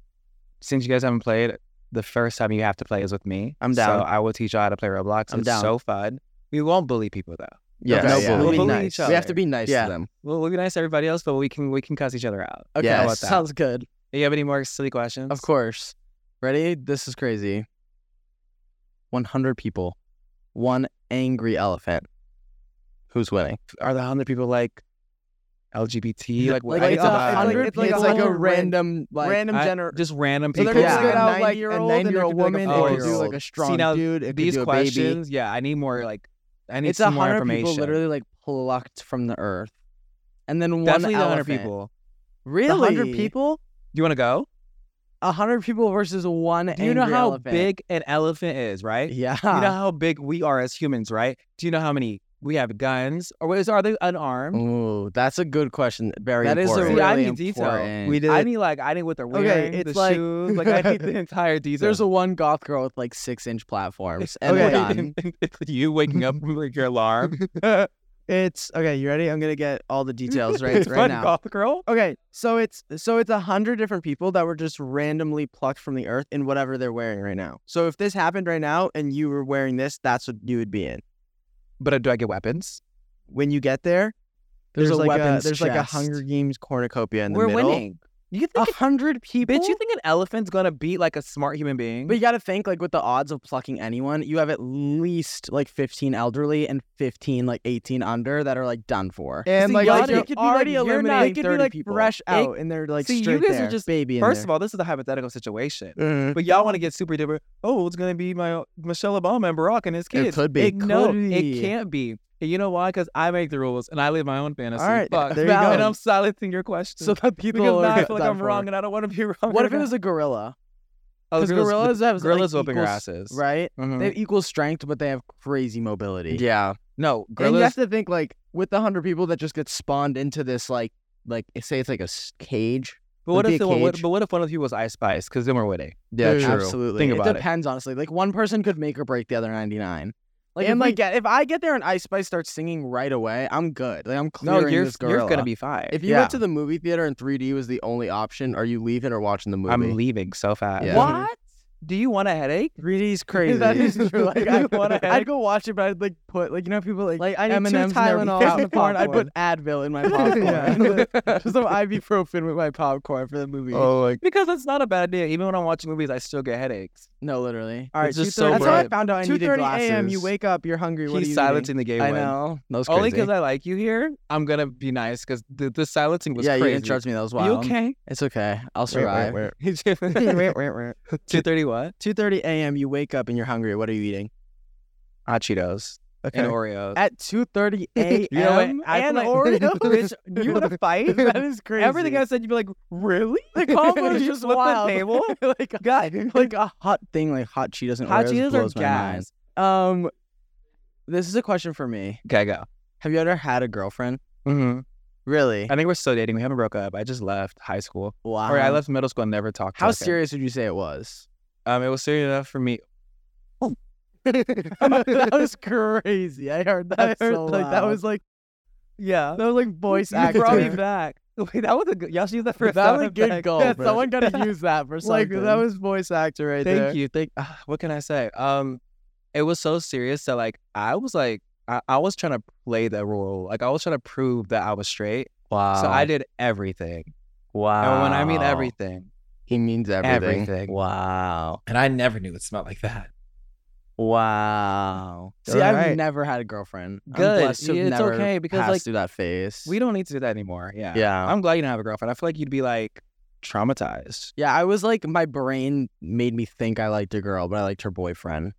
since you guys haven't played, the first time you have to play is with me. I'm down. So I will teach you how to play Roblox. I'm it's down. so fun. We won't bully people though. Yes. Okay, No yeah. bullying. We'll be We'll bully nice. each other. We have to be nice Yeah. to them. We'll, we'll be nice to everybody else, but we can we can cuss each other out. Okay. How about Yes. that? Sounds good. You have any more silly questions? Of course. Ready? This is crazy. 100 people, one angry elephant. Who's winning? Are the hundred people like LGBT? Like, what- Like, I it's don't a know. hundred. it's like it's a like a whole ran- random, like random I- gener- Just random So people. they're gonna Yeah. spit A out like a 90-year-old, and nine there year could old be, like, a woman, or do 40-year-old. like a strong now, dude. It could These do a baby. questions, yeah, I need more. Like, I need It's a some more hundred information. people literally like plucked from the earth, and then one Definitely the elephant. hundred people. Really, hundred Really? people? You want to go? A hundred people versus one. Do you know angry how elephant. big an elephant is, right? Yeah. You know how big we are as humans, right? Do you know how many we have guns, or is are they unarmed? Ooh, that's a good question. Very that is a important. really See, I need detail. important. we did. I need like I need what they're Okay, wearing, it's the like- shoes. Like I need the entire detail. There's a one goth girl with like six inch platforms, and Okay. we're done. it's you waking up from like your alarm. it's okay. You ready? I'm gonna get all the details right It's Oh, right fun, now. goth girl. Okay, so it's so it's a hundred different people that were just randomly plucked from the earth in whatever they're wearing right now. So if this happened right now and you were wearing this, that's what you would be in. But uh, do I get weapons? When you get there, There's, a like weapons. there's like a chest. Hunger Games cornucopia in the We're middle. winning. You think? A hundred people. Bitch, you think an elephant's gonna beat like a smart human being? But you got to think like with the odds of plucking anyone, you have at least like 15 elderly and 15 like 18 under that are like done for. And See, like, y'all like, did- you're could be, like, already you're not- eliminating it could be, 30 like, people. fresh out, and they're like See, you straight guys there. are just. Baby, in First there. Mm-hmm. of all, this is a hypothetical situation. Mhm. But y'all want to get super different. Oh, it's gonna be my Michelle Obama and Barack and his kids. could be. It- no, Could it be. can't be And you know why? Because I make the rules and I live my own fantasy. All right, Fuck. there you go. And I'm silencing your question. so that people because now are I feel like done I'm for. wrong and I don't want to be wrong. What if it was a gorilla? oh, the Because gorillas have Gorillas like, open equal your s- asses. right? Mhm. Mm-hmm. They have equal strength, but they have crazy mobility. Yeah. No, And you gorillas. have to think like with the hundred people that just get spawned into this like like say it's like a s- cage. But what would be if a the one? What, cage. but what if one of you was Ice Spice? Because then we're winning. Yeah, Dude, true. Absolutely. Think about it it. depends, honestly. Like one person could make or break the other ninety nine. Like And, if we like- get if I get there and Ice Spice starts singing right away, I'm good. Like I'm clearing No, you're this gorilla. you're gonna be fine. If you Yeah. went to the movie theater and 3D was the only option, are you leaving or watching the movie? I'm leaving so fast. Yeah. What? Do you want a headache? 3D is crazy. That is true. Like You I, want a I'd headac? go watch it, but I'd like put like you know people like Like I I need need M&M's two Tylenol in the popcorn. I put Advil in my popcorn. Just some ibuprofen with my popcorn for the movie. Oh, like Because that's not a bad idea. Even when I'm watching movies, I still get headaches. No, literally. All right, It's just so That's how I brave. found out I Two needed thirty glasses. a.m. You wake up. You're hungry. what are He's you silencing the gay I one. know. That was crazy. Only because I like you here, I'm gonna be nice because the, the silencing was yeah, you crazy. interrupt me. That was You wild. okay? It's okay. I'll survive. Two thirty what? Two thirty a.m. You wake up and you're hungry. What are you eating? Hot Cheetos and Oreos. At two thirty a.m. You know what? I and feel like- Oreo. Bitch, you want to fight? That is crazy. Everything I said, you'd be like, really? the combo is You just flipped the wild. table? like God, like a hot thing, like hot Cheetos and hot Oreos Cheetos are blows my mind. gas. Um, this is a question for me. Okay, go. Have you ever had a girlfriend? Mm-hmm. Really? I think we're still dating. We haven't broke up. I just left high school, Wow. Um, or I left middle school and never talked. to How her again. serious would you say it was? Um, it was serious enough for me. that was crazy. I heard that. heard, so like, that loud. was, like Yeah. that was like voice You brought me acting. back. Wait, that was a good. Y'all should use that for That was a good goal. Yeah, bro. Someone gotta use that for Like, something. that was voice actor right Thank you. Thank. Uh, what can I say? Um, it was so serious that like I was like I, I was trying to play the role. Like I was trying to prove that I was straight. wow. Ah. So I did everything. wow. And when I mean everything, he means everything. everything. Wow. And I never knew it smelled like that. Wow. See, I've Alright. never had a girlfriend. I'm Good. blessed to have Yeah, it's never okay, because, passed like, through that phase. We don't need to do that anymore. Yeah. Yeah. I'm glad you don't have a girlfriend. I feel like you'd be like traumatized. Yeah, I was like, my brain made me think I liked a girl, but I liked her boyfriend.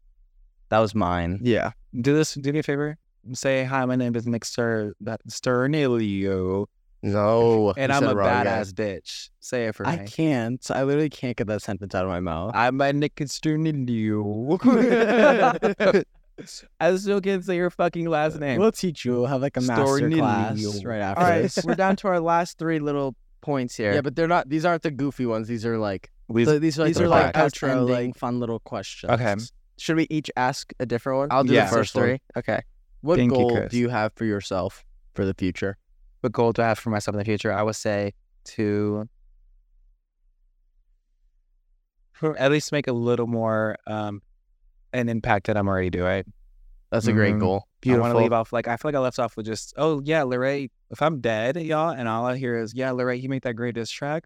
That was mine. Yeah. Mm. Do this. Do me a favor. Say hi. My name is Nick Sir that Sternilio, No. and you I'm said a it wrong again. badass bitch. Say it for I me. can't. I literally can't get that sentence out of my mouth. I'm a Nick Sternilio. I still can't say your fucking last Uh, name. We'll teach you. We'll have like a master Story class Nilio. right after All right, this. we're down to our last three little points here. Yeah, but they're not. These aren't the goofy ones. These are like These- the- are These the are podcast like outro, ending. like fun little questions. Okay. Should we each ask a different one? I'll do the first first one. three. Okay. What Thank you, goal Chris. do you have for yourself for the future? what goal do I have for myself in the future? I would say to at least make a little more um an impact that I'm already doing. That's a great Mhm. goal. I want to leave off like I feel like I left off with just oh yeah, Larray. If I'm dead, y'all, and all I hear is yeah, Larray, he made that greatest track.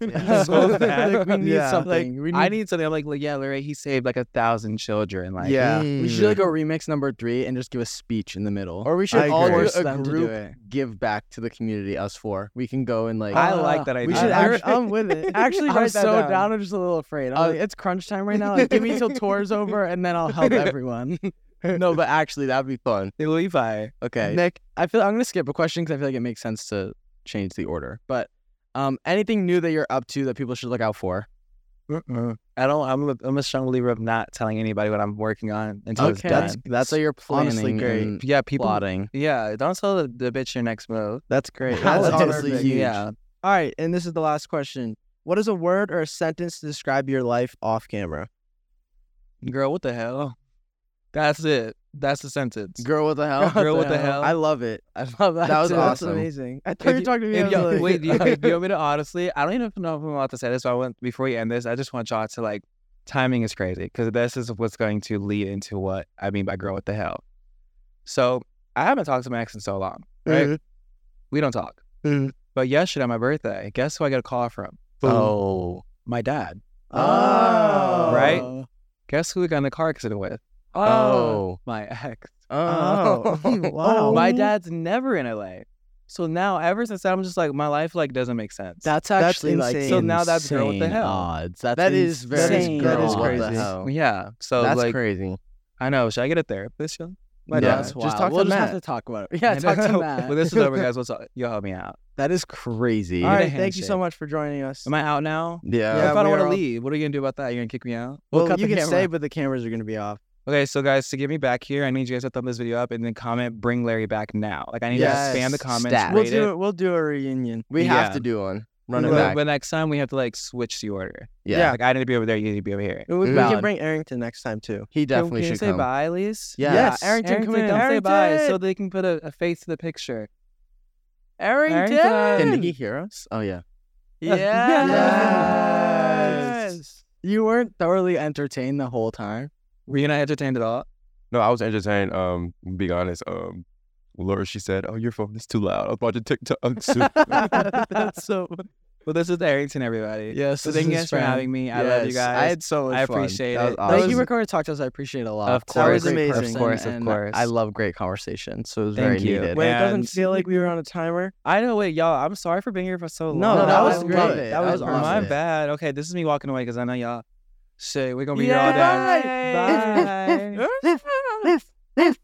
So bad. like, we need Yeah. something. we need, I need something. I'm like, like, yeah, Larray, he saved like a thousand children. Like Yeah. we should like go remix number three and just give a speech in the middle. Or we should I all agree. do a Them to do group it. give back to the community. Us four. We can go and like. I like that idea. we should I- actually. I'm with it. Actually, I'm I'm so so down. I'm just a little afraid. I'm Uh, like, it's crunch time right now. Like, give me till tour's over, and then I'll help everyone. no, but actually that'd be fun. Levi. Okay, Nick. I feel I'm gonna skip a question because I feel like it makes sense to change the order. But um, anything new that you're up to that people should look out for? Mm-mm. I don't. I'm. a- I'm a strong believer of not telling anybody what I'm working on until it's Okay. done. That's- that's so you're planning honestly great. and yeah, people. plotting. Yeah, don't tell the, the bitch your next move. That's great. That's That's honestly honestly huge. huge. Yeah, All right, and this is the last question. What is a word or a sentence to describe your life off camera? girl, what the hell? That's it. That's the sentence. Girl, what the hell? Girl, what the hell? I love it. I love that. That was too. awesome. amazing. I If you- talking to If I was y'all, like- wait, do you, do you want me to honestly? I don't even know if I'm allowed to say this, but I want before we end this, I just want y'all to like. Timing is crazy because this is what's going to lead into what I mean by girl, what the hell. So I haven't talked to my ex in so long, right? Mm-hmm. We don't talk. Mhm. But yesterday, on my birthday, guess who I got a call from? Oh. My dad. Oh. Right? Guess who we got in the car accident with? Oh. My ex. Oh. wow. My dad's never in LA. So now, ever since then, I'm just like, my life like doesn't make sense. That's That's actually like insane. So now that's girl, what the insane hell? Odds. That's That is very insane. That is girl, what the crazy. hell? yeah. So That's like, crazy. I know. Should I get a therapist? Y'all? My Yeah. That's Just wild. talk to we'll just Matt. have to talk about it. Yeah, talk to Matt. when this is over, guys, what's up? You'll help me out. That is crazy. All Need a right, thank you so handshake. much for joining us. Am I out now? Yeah. What if I we don't want are to all- leave? What are you gonna do about that? You're gonna kick me out? We'll Well, cut you the can camera say, off. but the cameras are going to be off. Okay, so guys, to get me back here, I need you guys to thumb this video up and then comment, bring Larry back now. Like I need Yes. you to spam the comments. Stat. Rate We'll it. do it. We'll do a reunion. We Yeah. have to do one. Run it But- back. But next time we have to like switch the order. yeah. Like I need to be over there. You need to be over here. We, we Valid. can bring Arrington next time too. He definitely can, should you say come. bye, Elise? Yeah. Yes. Yeah. Arrington, come in. come say bye so Arrington! they can put a, a face to the picture. Arrington. Can he hear us? Oh, yeah. Yes. Yes. You weren't thoroughly entertained the whole time. Were you not entertained at all? No, I was entertained. Um, being honest, um, Laura, she said, "Oh, your phone is too loud." I was watching TikTok. soon. That's so. Well, this is Arrington, everybody. Yes. So thank you guys for having me. I love you Yes, guys. I had so much I fun. appreciate That was it. Thank awesome. you for coming to talk to us. I appreciate it a lot. Of That was course, of amazing. course, of and course. I love great conversations, so it was very Thank you. needed. When it doesn't And- feel like we were on a timer. I know. Wait, y'all. I'm sorry for being here for so long. No, No, that I was love great. it. That I was love awesome. My it. bad. Okay, this is me walking away because I know y'all. Shit, we're gonna be Yeah. here all day. Bye. Bye.